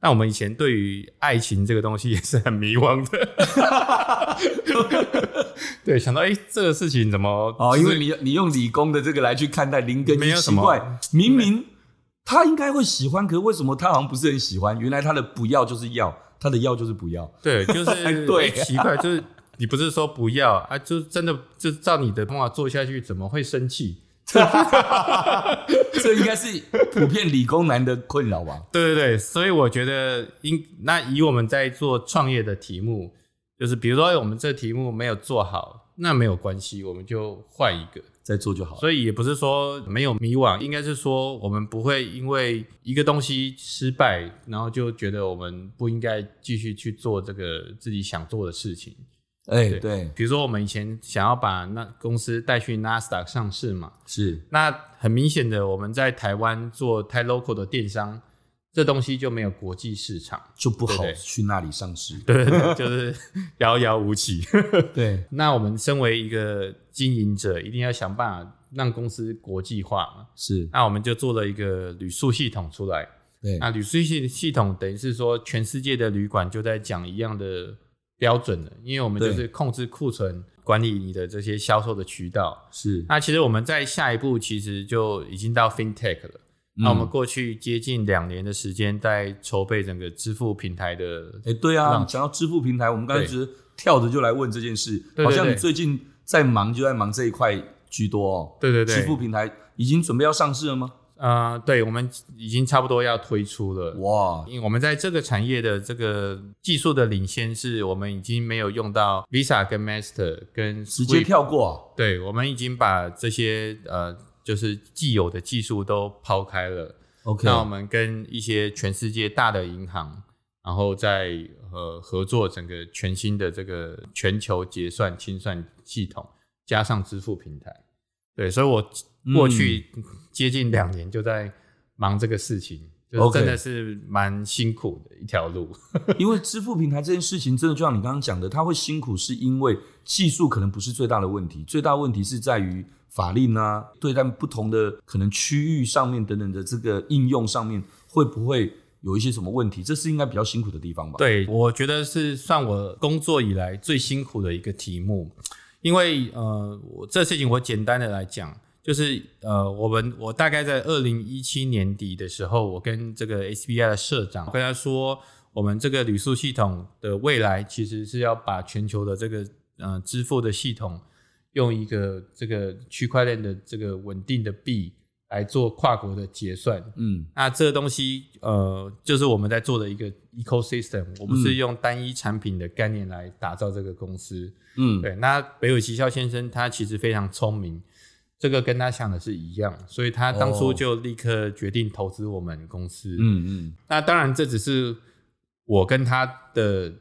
S3: 那我们以前对于爱情这个东西也是很迷惘
S2: [laughs]
S3: 的，对，想到哎、诶这个事情怎么
S2: 哦，因
S3: 就是
S2: 为你你用理工的这个来去看待林根，
S3: 没有什
S2: 奇
S3: 么
S2: 怪，明明他应该会喜欢，可是为什么他好像不是很喜欢？原来他的不要就是要，他的要就是不
S3: [laughs]
S2: 要。
S3: 对，就
S2: [laughs]
S3: 是
S2: 对
S3: 诶奇怪，就是你不是说不要啊，就真的就照你的方法做下去，怎么会生气？
S2: 这应该是普遍理工男的困扰吧？
S3: 对对对，所以我觉得应那以我们在做创业的题目，就是比如说哎我们这题目没有做好，那没有关系，我们就换一个。
S2: 再做就好了。
S3: 所以也不是说没有迷惘，应该是说我们不会因为一个东西失败，然后就觉得我们不应该继续去做这个自己想做的事情。
S2: 哎、
S3: 对
S2: 对，
S3: 比如说我们以前想要把那公司带去 NASDAQ 上市嘛，
S2: 是
S3: 那很明显的，我们在台湾做太 local 的电商，这东西就没有国际市场，
S2: [laughs]
S3: [laughs]
S2: 就不好
S3: 对对
S2: 去那里上市。
S3: 对对对，就是遥遥无期。 [laughs]
S2: 对，
S3: 那我们身为一个经营者，一定要想办法让公司国际化嘛。
S2: 是，
S3: 那我们就做了一个旅宿系统出来。
S2: 对，
S3: 那旅宿系系统等于是说，全世界的旅馆就在讲一样的标准了，因为我们
S2: 对
S3: 就是控制库存，管理你的这些销售的渠道。
S2: 是。
S3: 那其实我们在下一步其实就已经到 FinTech 了。
S2: 嗯
S3: 那我们过去接近两年的时间，在筹备整个支付平台的，
S2: 哎、对啊，
S3: 浪
S2: 你讲到支付平台，我们刚才
S3: 对
S2: 只是跳着就来问这件事，
S3: 对
S2: 好像
S3: 对
S2: 你最近在忙，就在忙这一块居多哦。
S3: 对对对
S2: 支付平台已经准备要上市了吗？
S3: 呃，对，我们已经差不多要推出了。
S2: 哇，
S3: 因为我们在这个产业的这个技术的领先，是我们已经没有用到 Visa 跟 Master 跟
S2: 直接
S3: Swift
S2: 跳过、啊。
S3: 对，我们已经把这些呃，就是既有的技术都抛开了。
S2: OK，
S3: 那我们跟一些全世界大的银行，然后再呃合作整个全新的这个全球结算清算系统，加上支付平台。对，所以我过去
S2: 嗯
S3: 接近两年就在忙这个事情，就是
S2: OK
S3: 真的是蛮辛苦的一条路。
S2: 因为支付平台这件事情，真的就像你刚刚讲的，它会辛苦，是因为技术可能不是最大的问题，最大问题是在于法令啊，对待不同的可能区域上面等等的这个应用上面，会不会有一些什么问题？这是应该比较辛苦的地方吧？，
S3: 对，我觉得是算我工作以来最辛苦的一个题目，因为呃，我这事情我简单的来讲，就是呃，我们我大概在二零一七年底的时候，我跟这个 SBI 的社长我跟他说，我们这个旅宿系统的未来其实是要把全球的这个呃支付的系统，用一个这个区块链的这个稳定的币来做跨国的结算，
S2: 嗯，
S3: 那这个东西，呃，就是我们在做的一个 ecosystem，我
S2: 嗯
S3: 们是用单一产品的概念来打造这个公司。
S2: 嗯，
S3: 对，那北尾奇孝先生他其实非常聪明，这个跟他想的是一样，所以他当初
S2: 哦
S3: 就立刻决定投资我们公司。
S2: 嗯嗯，
S3: 那当然，这只是我跟他的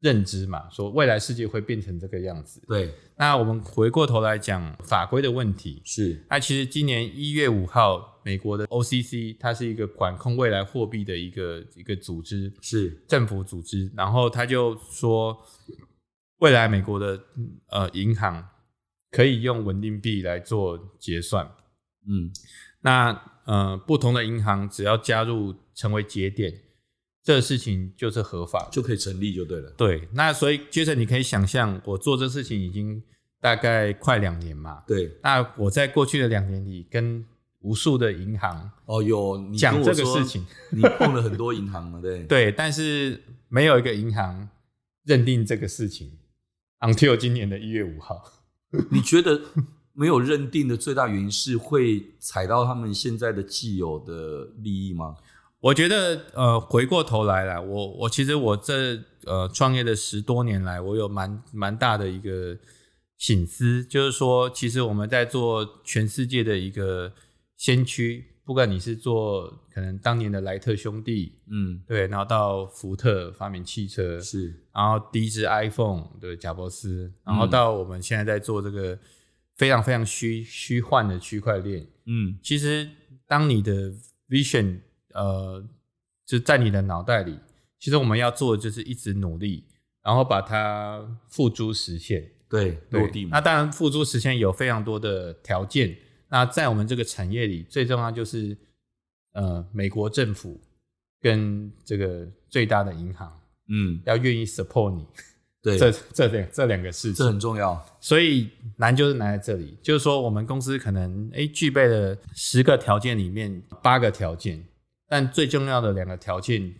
S3: 认知嘛，说未来世界会变成这个样子。
S2: 对，
S3: 那我们回过头来讲法规的问题，
S2: 是，
S3: 那其实今年一月五号，美国的 OCC 它是一个管控未来货币的一个一个组织，
S2: 是，
S3: 政府组织。然后他就说，未来美国的呃银行可以用稳定币来做结算。
S2: 嗯，
S3: 那呃，不同的银行只要加入成为节点，这事情就是合法的。
S2: 就可以成立就对了。
S3: 对，那所以接着你可以想象，我做这事情已经大概快两年嘛，
S2: 对，
S3: 那我在过去的两年里，跟无数的银行
S2: 哦，有你
S3: 讲
S2: 跟我
S3: 这个
S2: 说
S3: 事，情，
S2: 你碰了很多银行了，对，
S3: 对，但是没有一个银行认定这个事情，until 今年的一月五号。
S2: 你觉得没有认定的最大原因是会踩到他们现在的既有的利益吗？
S3: 我觉得，呃，回过头来啦，我我其实我这呃创业的十多年来，我有蛮蛮大的一个醒思，就是说，其实我们在做全世界的一个先驱，不管你是做可能当年的莱特兄弟，
S2: 嗯，
S3: 对，然后到福特发明汽车，
S2: 是
S3: 然后第一支 iPhone 对贾伯斯，然后
S2: 嗯
S3: 到我们现在在做这个非常非常虚虚幻的区块链，
S2: 嗯
S3: 其实当你的 vision 呃就在你的脑袋里，其实我们要做的就是一直努力，然后把它付诸实现。
S2: 对
S3: 对
S2: 落地嘛
S3: 那，当然，付诸实现有非常多的条件。那在我们这个产业里，最重要就是呃，美国政府跟这个最大的银行
S2: 嗯
S3: 要愿意 support 你，
S2: 对，
S3: 这
S2: 这
S3: 这两这两个事
S2: 这
S3: 情。
S2: 很重要，
S3: 所以难就是难在这里，就是说我们公司可能诶具备了十个条件里面八个条件，但最重要的两个条件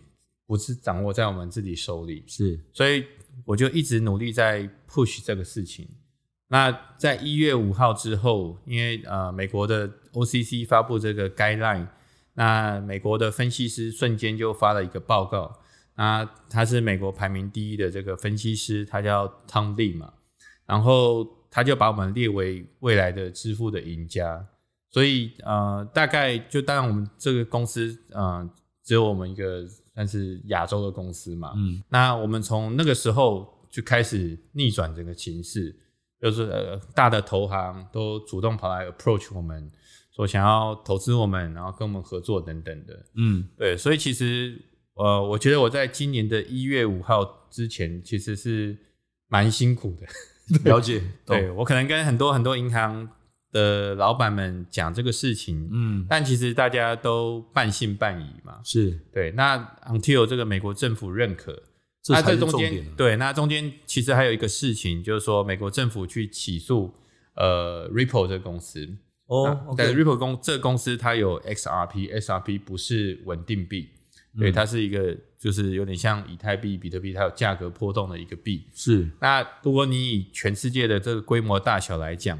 S3: 不是掌握在我们自己手里，
S2: 是
S3: 所以我就一直努力在 push 这个事情。那在一月五号之后，因为呃美国的 OCC 发布这个 guideline，那美国的分析师瞬间就发了一个报告。那他是美国排名第一的这个分析师，他叫 Tom Lee 嘛，然后他就把我们列为未来的支付的赢家。所以呃，大概就当然我们这个公司呃，只有我们一个算是亚洲的公司嘛，
S2: 嗯
S3: 那我们从那个时候就开始逆转整个情势，就是呃大的投行都主动跑来 approach 我们，说想要投资我们，然后跟我们合作等等的。
S2: 嗯
S3: 对，所以其实呃，我觉得我在今年的一月五号之前其实是蛮辛苦的。
S2: [laughs] 了解，
S3: 对
S2: 懂
S3: 我可能跟很多很多银行的老板们讲这个事情，
S2: 嗯
S3: 但其实大家都半信半疑嘛。
S2: 是
S3: 对，那 until 这个美国政府认可，
S2: 这
S3: 那
S2: 才
S3: 这
S2: 是
S3: 中
S2: 重
S3: 间
S2: 点啊，
S3: 对，那中间其实还有一个事情，就是说美国政府去起诉呃 Ripple 这个公司，
S2: 哦
S3: 但
S2: ，OK，
S3: Ripple 公这个公司它有 XRP，XRP 不是稳定币，对，
S2: 嗯
S3: 它是一个就是有点像以太币、比特币，它有价格波动的一个币。
S2: 是
S3: 那如果你以全世界的这个规模大小来讲，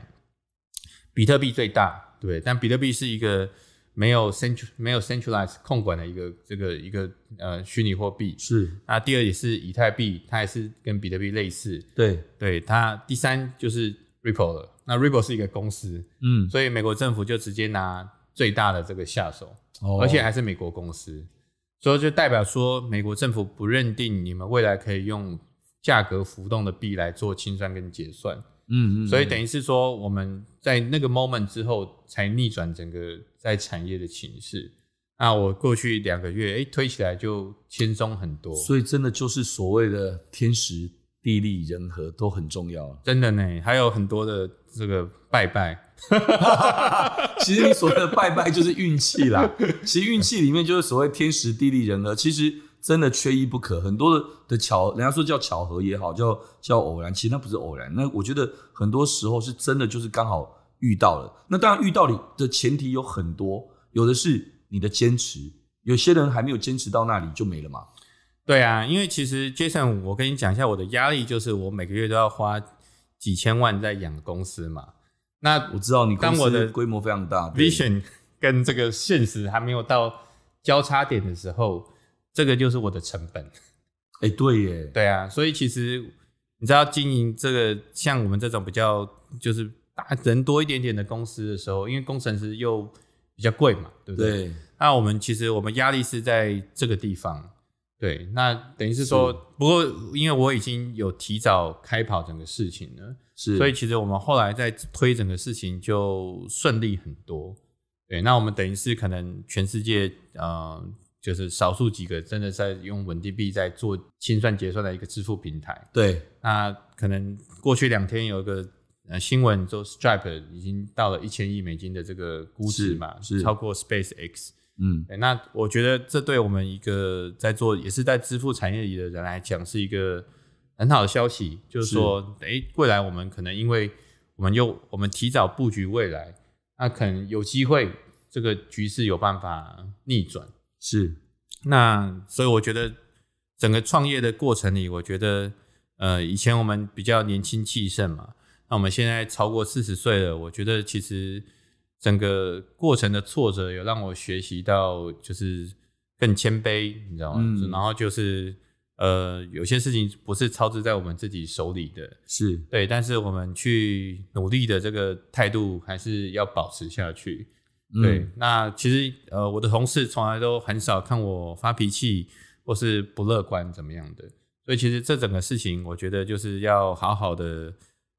S3: 比特币最大，对，但比特币是一个没有 central 没有 centralized 控管的一个这个一个呃虚拟货币。
S2: 是
S3: 那第二也是以太币，它也是跟比特币类似，
S2: 对，
S3: 对它。第三就是 Ripple 了，那 Ripple 是一个公司，
S2: 嗯，
S3: 所以美国政府就直接拿最大的这个下手，
S2: 哦
S3: 而且还是美国公司，所以就代表说美国政府不认定你们未来可以用价格浮动的币来做清算跟结算，
S2: 嗯嗯，
S3: 所以
S2: 嗯
S3: 等于是说我们在那个 moment 之后才逆转整个在产业的情势。那我过去两个月，哎、推起来就轻松很多。。
S2: 所以真的就是所谓的天时、地利、人和都很重要啊
S3: 真的呢，还有很多的这个拜拜，
S2: 其实你所谓的拜拜就是运气啦，其实运气里面就是所谓天时、地利、人和，其实真的缺一不可。很多的的巧，人家说叫巧合也好，叫叫偶然，其实那不是偶然。那我觉得很多时候是真的就是刚好遇到了。那当然遇到你的前提有很多，有的是你的坚持，有些人还没有坚持到那里就没了嘛。
S3: 对啊，因为其实 Jason，我跟你讲一下我的压力，就是我每个月都要花几千万在养公司嘛。那
S2: 我知道你公
S3: 当我的
S2: 司规模非常大对
S3: vision 跟这个现实还没有到交叉点的时候，这个就是我的成本。
S2: 哎、对耶，
S3: 对啊，所以其实你知道经营这个像我们这种比较就是大人多一点点的公司的时候，因为工程师又比较贵嘛，对不对？
S2: 对
S3: 那我们其实我们压力是在这个地方，对，那等于是说，不过因为我已经有提早开跑整个事情了，
S2: 是，
S3: 所以其实我们后来在推整个事情就顺利很多。对，那我们等于是可能全世界呃，就是少数几个真的在用稳定币在做清算结算的一个支付平台。
S2: 对
S3: 那可能过去两天有一个呃新闻，说 Stripe 已经到了一千亿美金的这个估值嘛，
S2: 是是
S3: 超过 Space X。
S2: 嗯，
S3: 对，那我觉得这对我们一个在做也是在支付产业里的人来讲，是一个很好的消息，就是说，诶，未来我们可能因为我们又我们提早布局未来，那可能有机会这个局势有办法逆转。
S2: 是
S3: 那所以我觉得整个创业的过程里，我觉得呃，以前我们比较年轻气盛嘛，那我们现在超过四十岁了，我觉得其实整个过程的挫折有让我学习到，就是更谦卑，你知道吗？
S2: 嗯
S3: 然后就是呃，有些事情不是操之在我们自己手里的，
S2: 是，
S3: 对，但是我们去努力的这个态度还是要保持下去。
S2: 嗯
S3: 对，，那其实呃，我的同事从来都很少看我发脾气或是不乐观怎么样的，所以其实这整个事情，我觉得就是要好好的，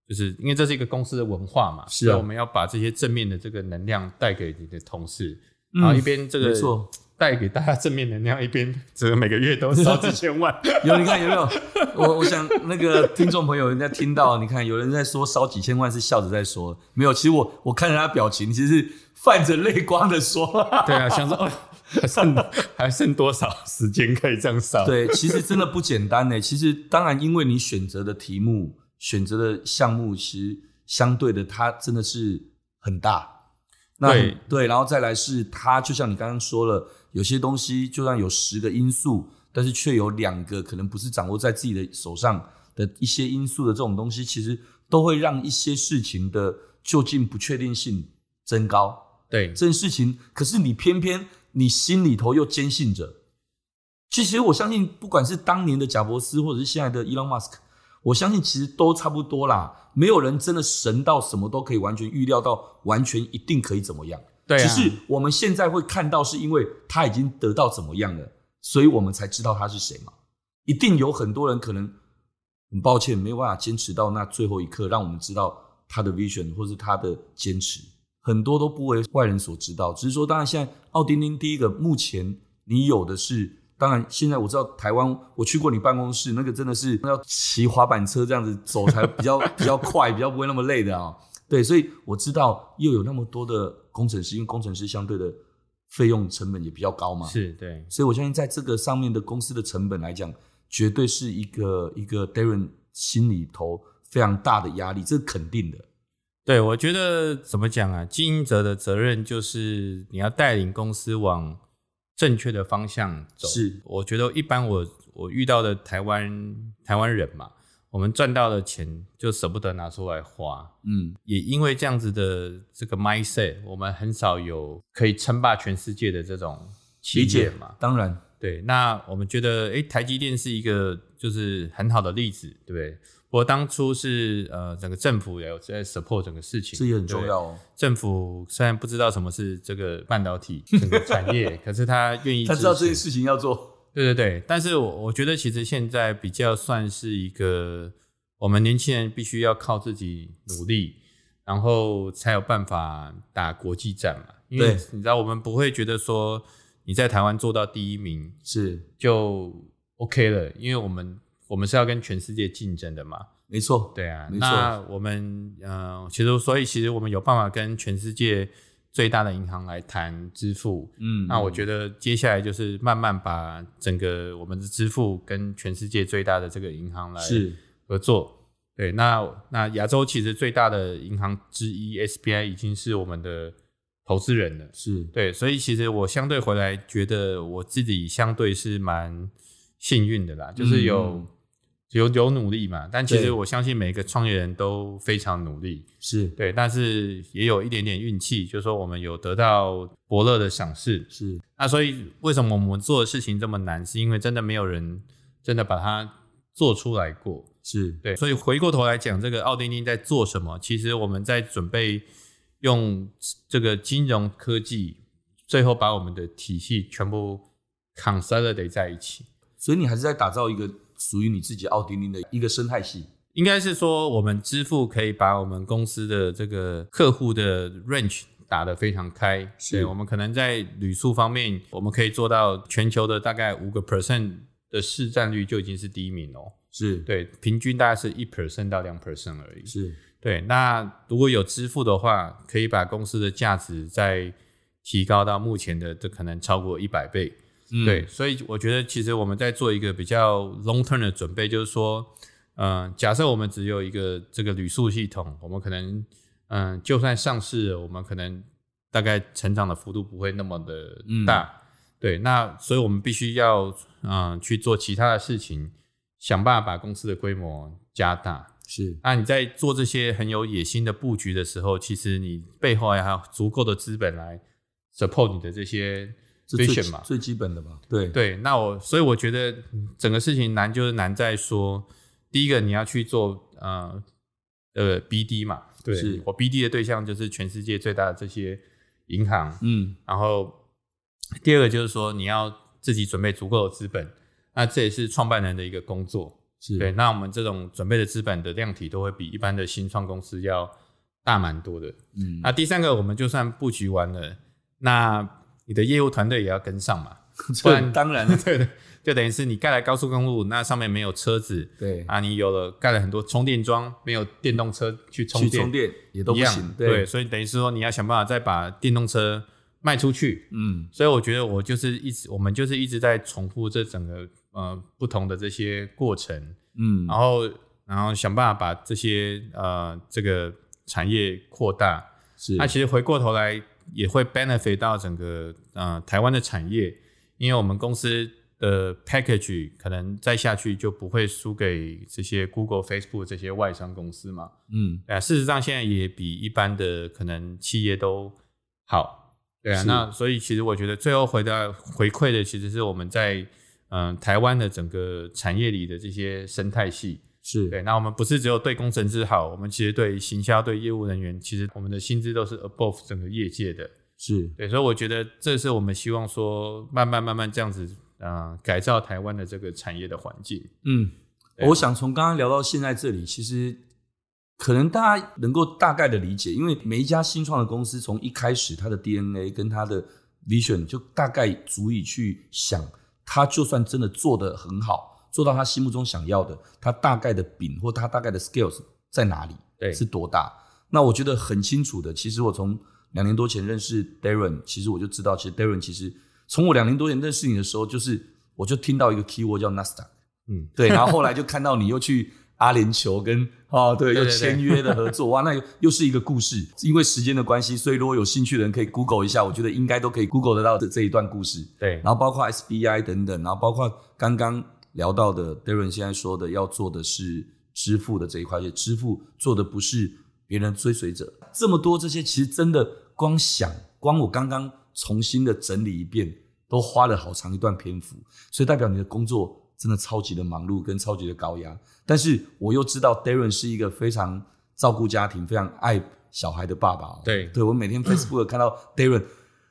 S3: 就是因为这是一个公司的文化嘛，
S2: 是啊
S3: 所以我们要把这些正面的这个能量带给你的同事，
S2: 嗯
S3: 然后一边这个
S2: 没错，
S3: 带给大家正面能量，一边这个每个月都烧几
S2: [laughs]
S3: 千万，
S2: 有你看有没有？我我想那个听众朋友人家听到，你看有人在说烧几千万是笑着在说，没有，其实我我看着他表情，其实是泛着泪光的说，
S3: 对啊，想说哦，还剩还剩多少时间可以这样烧？
S2: 对，其实真的不简单呢。其实当然，因为你选择的题目、选择的项目，其实相对的它真的是很大。那
S3: 对
S2: 对，然后再来是它，就像你刚刚说了，有些东西就算有十个因素，但是却有两个可能不是掌握在自己的手上的一些因素的这种东西，其实都会让一些事情的就近不确定性增高。
S3: 对
S2: 这件事情，可是你偏偏你心里头又坚信着。其实我相信，不管是当年的贾伯斯，或者是现在的伊隆马斯克，我相信其实都差不多啦。没有人真的神到什么都可以完全预料到，完全一定可以怎么样。
S3: 对啊，
S2: 只是我们现在会看到，是因为他已经得到怎么样了，所以我们才知道他是谁嘛。一定有很多人可能很抱歉没有办法坚持到那最后一刻，让我们知道他的 vision 或是他的坚持，很多都不为外人所知道。只是说，当然现在奥丁丁第一个，目前你有的是。当然，现在我知道台湾，我去过你办公室，那个真的是要骑滑板车这样子走才 [laughs] 比较比较快，比较不会那么累的啊、对，所以我知道又有那么多的工程师，因为工程师相对的费用成本也比较高嘛，
S3: 是对。
S2: 所以我相信在这个上面的公司的成本来讲，绝对是一个一个 Darren 心里头非常大的压力，这是肯定的。
S3: 对，我觉得怎么讲啊？经营者的责任就是你要带领公司往正确的方向走。
S2: 是
S3: 我觉得一般我我遇到的台湾台湾人嘛，我们赚到的钱就舍不得拿出来花。
S2: 嗯
S3: 也因为这样子的这个 mindset，我们很少有可以称霸全世界的这种
S2: 理
S3: 企
S2: 解
S3: 业嘛。
S2: 当然，
S3: 对，那我们觉得，诶，台积电是一个就是很好的例子，对不对？不过当初是呃，整个政府也有在 support 整个事情，
S2: 这也很
S3: 对不
S2: 重
S3: 对
S2: 要哦。
S3: 政府虽然不知道什么是这个半
S2: [laughs]
S3: 导体整个产业，可是他愿意
S2: 他知道
S3: 支
S2: 这
S3: 持
S2: 件事情要做，
S3: 对对对，但是我我觉得其实现在比较算是一个我们年轻人必须要靠自己努力，然后才有办法打国际战嘛。因为
S2: 对
S3: 你知道，我们不会觉得说你在台湾做到第一名
S2: 是
S3: 就 OK 了，因为我们我们是要跟全世界竞争的嘛。
S2: 没错。
S3: 对啊，
S2: 没错
S3: 那我们呃，其实所以其实我们有办法跟全世界最大的银行来谈支付，
S2: 嗯，
S3: 那我觉得接下来就是慢慢把整个我们的支付跟全世界最大的这个银行来
S2: 是
S3: 合作。对，那那亚洲其实最大的银行之一 SBI 已经是我们的投资人了。
S2: 是
S3: 对，所以其实我相对回来觉得我自己相对是蛮幸运的啦，就是有、
S2: 嗯
S3: 有有努力嘛。但其实
S2: 对
S3: 我相信每个创业人都非常努力。
S2: 是
S3: 对，但是也有一点点运气，就是说我们有得到伯乐的赏识，
S2: 是
S3: 那所以为什么我们做的事情这么难？是因为真的没有人真的把它做出来过。
S2: 是
S3: 对，所以回过头来讲，这个奥丁丁在做什么？其实我们在准备用这个金融科技，最后把我们的体系全部 consolidate 在一起。
S2: 所以你还是在打造一个属于你自己奥丁丁的一个生态系。
S3: 应该是说，我们支付可以把我们公司的这个客户的 range 打得非常开，
S2: 是
S3: 对我们可能在旅宿方面，我们可以做到全球的大概五个 percent 的市占率就已经是第一名哦。
S2: 是
S3: 对，平均大概是一 percent 到两 percent 而已。
S2: 是
S3: 对，那如果有支付的话，可以把公司的价值再提高到目前的这可能超过一百倍。
S2: 嗯
S3: 对，所以我觉得其实我们在做一个比较 long term 的准备，就是说，嗯、假设我们只有一个这个旅宿系统，我们可能，嗯、就算上市了，我们可能大概成长的幅度不会那么的大，对，那所以我们必须要，嗯、去做其他的事情，想办法把公司的规模加大。
S2: 是
S3: 那你在做这些很有野心的布局的时候，其实你背后还有足够的资本来 support 你的这些
S2: 这最
S3: vision 嘛。
S2: 最基本的吧？对
S3: 对，那我所以我觉得嗯整个事情难就是难在说，第一个你要去做呃呃 BD 嘛，对
S2: 是
S3: 我 BD 的对象就是全世界最大的这些银行，
S2: 嗯
S3: 然后第二个就是说你要自己准备足够的资本，那这也是创办人的一个工作，
S2: 是
S3: 对，那我们这种准备的资本的量体都会比一般的新创公司要大蛮多的。
S2: 嗯
S3: 那第三个，我们就算布局完了，那你的业务团队也要跟上嘛， [laughs]
S2: [laughs]
S3: 不
S2: 这
S3: 然
S2: 当然
S3: [laughs]
S2: 了
S3: 对对，就等于是你盖了高速公路，那上面没有车子
S2: 对
S3: 啊，你有了盖了很多充电桩，没有电动车去充
S2: 去
S3: 电，
S2: 充电也都
S3: 一
S2: 不
S3: 样
S2: 行。
S3: 对，所以等于是说你要想办法再把电动车卖出去。
S2: 嗯
S3: 所以我觉得我就是一直，我们就是一直在重复这整个呃不同的这些过程，
S2: 嗯
S3: 然后然后想办法把这些呃这个产业扩大。
S2: 是
S3: 那、其实回过头来也会 benefit 到整个呃台湾的产业，因为我们公司的 package 可能再下去就不会输给这些 Google、Facebook 这些外商公司嘛。
S2: 嗯
S3: 对啊，事实上现在也比一般的可能企业都好。对啊，
S2: 是
S3: 那所以其实我觉得最后回到回馈的其实是我们在嗯、呃台湾的整个产业里的这些生态系。
S2: 是
S3: 对，那我们不是只有对工程师好，我们其实对行销、对业务人员，其实我们的薪资都是 above 整个业界的。
S2: 是
S3: 对，所以我觉得这是我们希望说，慢慢慢慢这样子，呃，改造台湾的这个产业的环境。
S2: 嗯，
S3: 对
S2: 我想从刚刚聊到现在这里，其实可能大家能够大概的理解，因为每一家新创的公司从一开始它的 DNA 跟它的 vision 就大概足以去想，它就算真的做得很好，做到他心目中想要的，它大概的饼或它大概的 skills 在哪里，
S3: 对
S2: 是多大？那我觉得很清楚的，其实我从两年多前认识 Darren，其实我就知道，其实 Darren 其实从我两年多前认识你的时候，就是我就听到一个 keyword 叫 Nasdaq。
S3: 嗯，
S2: 对，然后后来就看到你又去阿联酋跟哦，对，
S3: 对
S2: 又
S3: 对对
S2: 签约的合作，哇，那又又是一个故事。因为时间的关系，所以如果有兴趣的人可以 Google 一下，我觉得应该都可以 Google 得到这这一段故事。
S3: 对
S2: 然后包括 SBI 等等，然后包括刚刚聊到的 Darren 现在说的要做的是支付的这一块，而且支付做的不是别人追随者。这么多这些，其实真的光想，光我刚刚重新的整理一遍，都花了好长一段篇幅，所以代表你的工作真的超级的忙碌跟超级的高压。但是我又知道 Darren 是一个非常照顾家庭、非常爱小孩的爸爸、哦。
S3: 对
S2: 对我每天 Facebook 看到 Darren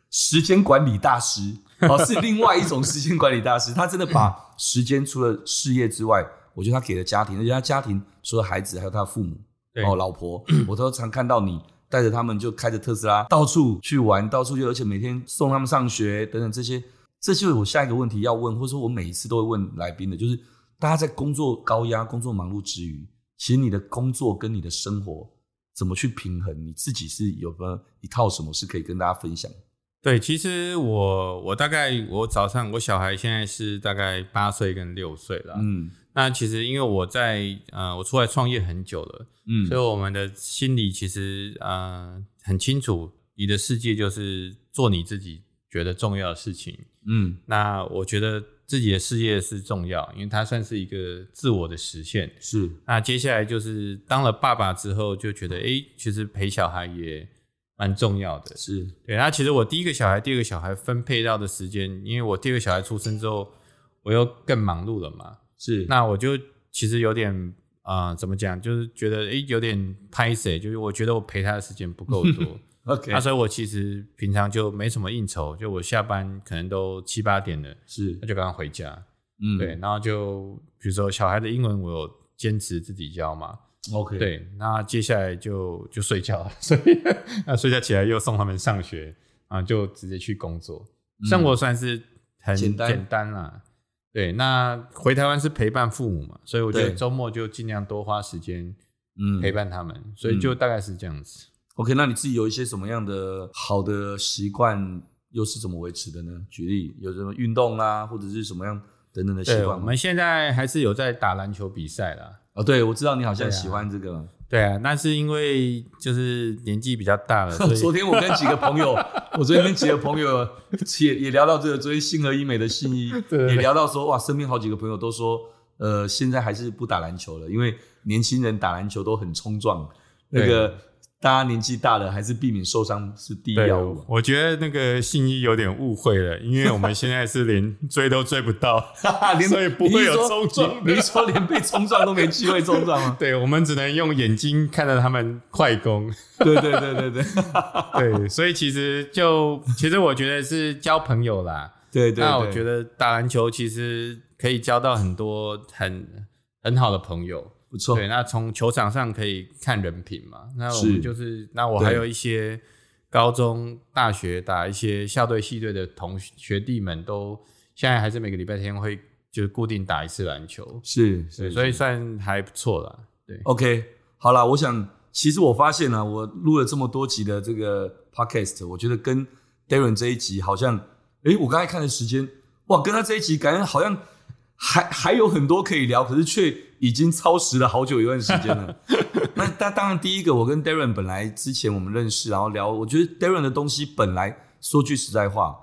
S2: 时间管理大师，哦，是另外一种时间管理大师。他真的把时间除了事业之外，我觉得他给了家庭，而且他家庭除了孩子，还有他的父母，
S3: 对
S2: 哦，老
S3: [clears throat]
S2: 婆，我都常看到你。带着他们就开着特斯拉到处去玩，到处去，而且每天送他们上学等等这些，这就是我下一个问题要问，或者说我每一次都会问来宾的，就是大家在工作高压、工作忙碌之余，其实你的工作跟你的生活怎么去平衡？你自己是有没有一套什么是可以跟大家分享？
S3: 对，其实我我大概我早上我小孩现在是大概八岁跟六岁了。
S2: 嗯
S3: 那其实因为我在呃我出来创业很久了，
S2: 嗯
S3: 所以我们的心里其实呃很清楚，你的世界就是做你自己觉得重要的事情。
S2: 嗯，
S3: 那我觉得自己的事业是重要，因为它算是一个自我的实现。
S2: 是
S3: 那接下来就是当了爸爸之后，就觉得诶，其实陪小孩也蛮重要的。
S2: 是，
S3: 对，那其实我第一个小孩、第二个小孩分配到的时间，因为我第二个小孩出生之后，我又更忙碌了嘛。
S2: 是
S3: 那我就其实有点啊、呃怎么讲，就是觉得诶，有点拍谁，就是我觉得我陪他的时间不够多。
S2: OK
S3: 那所以我其实平常就没什么应酬，就我下班可能都七八点了，
S2: 是
S3: 那就刚刚回家。
S2: 嗯
S3: 对，然后就比如说小孩的英文，我有坚持自己教嘛。
S2: 嗯 OK
S3: 对，那接下来就就睡觉了，所以那睡觉起来又送他们上学，啊，就直接去工作，生活算是很
S2: 嗯简单
S3: 简单啦。对，那回台湾是陪伴父母嘛，所以我觉得
S2: 对
S3: 周末就尽量多花时间
S2: 嗯
S3: 陪伴他们，所以就大概是这样子。
S2: OK，那你自己有一些什么样的好的习惯，又是怎么维持的呢？举例有什么运动啦，或者是什么样等等的习
S3: 对，我
S2: 惯吗？
S3: 们现在还是有在打篮球比赛啦。
S2: 哦，对，我知道你好像
S3: 对啊
S2: 喜欢这个嘛。
S3: 对啊，那是因为就是年纪比较
S2: [laughs]
S3: 大了，所
S2: 昨
S3: 以
S2: 天我跟几个朋友，我昨天跟几个朋友也也聊到这个，昨天星河医美的
S3: [laughs]
S2: 信医
S3: 对
S2: 也聊到说，哇，身边好几个朋友都说，呃，现在还是不打篮球了，因为年轻人打篮球都很冲撞，那
S3: 对
S2: 个大家年纪大了，还是避免受伤是第一
S3: 对
S2: 要务嘛。
S3: 我觉得那个信一有点误会了，因为我们现在是连追都追不到。
S2: [laughs] 连
S3: 所以不会有冲撞
S2: 你是说你你是说连被冲撞都没机会冲撞吗
S3: [laughs] ？对，我们只能用眼睛看着他们快攻。
S2: [laughs] 对对对对对
S3: 对，所以其实就其实我觉得是交朋友啦。
S2: 对 [laughs] 对。
S3: 那我觉
S2: 得
S3: 得打篮球其实可以交到很多很很好的朋友。
S2: 不错。
S3: 对，那从球场上可以看人品嘛。那我
S2: 是
S3: 们就是，那我
S2: 对
S3: 还有一些高中、大学打一些校队、系队的同学学弟们都，现在还是每个礼拜天会就固定打一次篮球，
S2: 是
S3: 对，
S2: 是，
S3: 所以算还不错啦。对，
S2: OK，好啦，我想其实我发现呢、我录了这么多集的这个 Podcast，我觉得跟 Darren 这一集好像，诶，我刚才看的时间，哇，跟他这一集感觉好像还还有很多可以聊，可是却已经超时了好久一段时间
S3: [laughs]
S2: 了。那当当然，第一个我跟 Darren 本来之前我们认识，然后聊，我觉得 Darren 的东西本来说句实在话，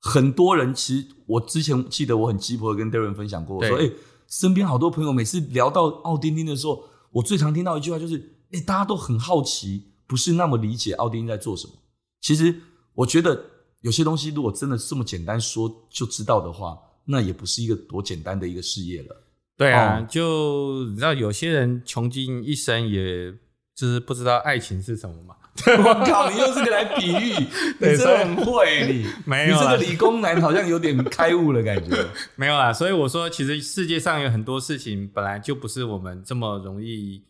S2: 很多人其实我之前记得我很鸡婆的跟 Darren 分享过，我说哎、
S3: 对
S2: 诶身边好多朋友每次聊到奥丁丁的时候，我最常听到一句话就是，哎、大家都很好奇，不是那么理解奥丁丁在做什么。其实我觉得有些东西如果真的这么简单说就知道的话，那也不是一个多简单的一个事业了。 [laughs]
S3: 对啊，
S2: 哦
S3: 就你知道有些人穷尽一生，也就是不知道爱情是什么嘛。
S2: 我靠，你用这个来比喻，你
S3: 对
S2: 真的很会你。
S3: [laughs] 没
S2: 你
S3: 有
S2: 这个
S3: 啦，
S2: 理工男好像有点开悟了感
S3: [laughs]
S2: 觉。
S3: 没有啦。所以我说，其实世界上有很多事情本来就不是我们这么容易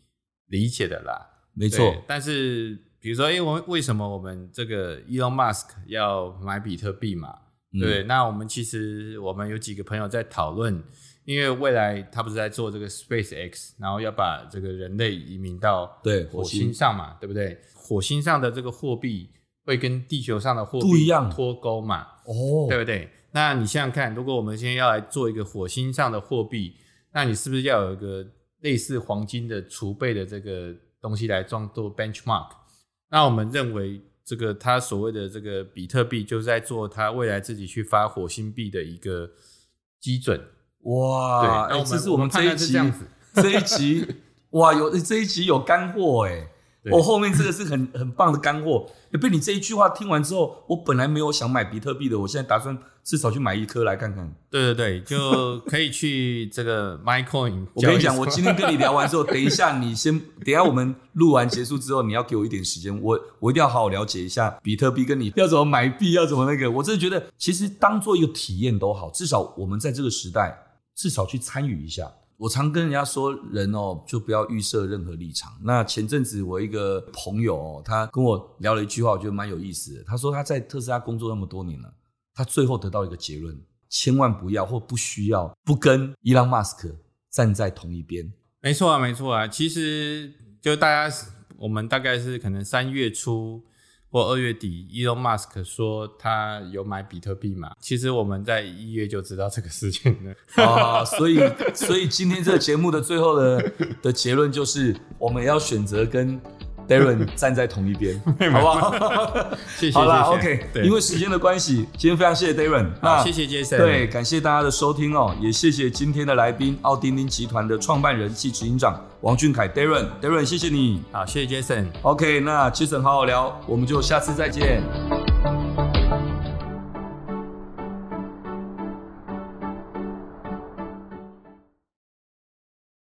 S3: 理解的啦。
S2: 没
S3: 没，但是比如说，因为我们为什么我们这个 Elon Musk 要买比特币嘛？
S2: 嗯
S3: 对，那我们其实我们有几个朋友在讨论，因为未来他不是在做这个 SpaceX，然后要把这个人类移民到
S2: 对火
S3: 火
S2: 星
S3: 星上嘛，对不对？火星上的这个货币会跟地球上的货币
S2: 不一样
S3: 脱钩嘛，
S2: 哦，
S3: 对不对？那你想想看，如果我们现在要来做一个火星上的货币，那你是不是要有一个类似黄金的储备的这个东西来装作 benchmark？那我们认为这个它所谓的这个比特币，就是在做它未来自己去发火星币的一个基准。
S2: 哇，
S3: 对那
S2: 哎
S3: 我们
S2: 这是我
S3: 我
S2: 们
S3: 们
S2: 这
S3: 判
S2: 一 [laughs]
S3: 断是
S2: 集
S3: 这样子
S2: 这一集。哇，有这一集有干货哎、
S3: 对
S2: 我、后面这个是很很棒的干货。欸被你这一句话听完之后，我本来没有想买比特币的，我现在打算至少去买一颗来看看。
S3: 对对对，就可以去这个 MyCoin 。
S2: [laughs] 我跟你讲，我今天跟你聊完之后，等一下你先，等一下我们录完结束之后，你要给我一点时间，我我一定要好好了解一下比特币跟你要怎么买币，要怎么那个。我真的觉得，其实当做一个体验都好，至少我们在这个时代，至少去参与一下。我常跟人家说，人哦，就不要预设任何立场。那前阵子我一个朋友哦，他跟我聊了一句话，我觉得蛮有意思的。他说他在特斯拉工作那么多年了，他最后得到一个结论：千万不要或不需要不跟伊朗马斯克站在同一边。
S3: 没错啊，没错啊。其实就大家，我们大概是可能三月初或二月底，Elon Musk 说他有买比特币嘛。其实我们在一月就知道这个事情了。
S2: 啊，所以所以今天这个节目的最后的的结论就是，我们要选择跟 Darren 站在同一边，好不好？
S3: [laughs] 谢谢，
S2: 好啦
S3: 谢谢
S2: OK，
S3: 对
S2: 因为时间的关系，今天非常谢谢 Darren，
S3: 好，
S2: 那
S3: 谢谢 Jason，
S2: 对，，感谢大家的收听哦，也谢谢今天的来宾，奥丁丁集团的创办人暨执行长王俊凯 Darren，Darren 谢谢你。
S3: 好，谢谢 Jason。
S2: OK，那 Jason 好好聊，我们就下次再见。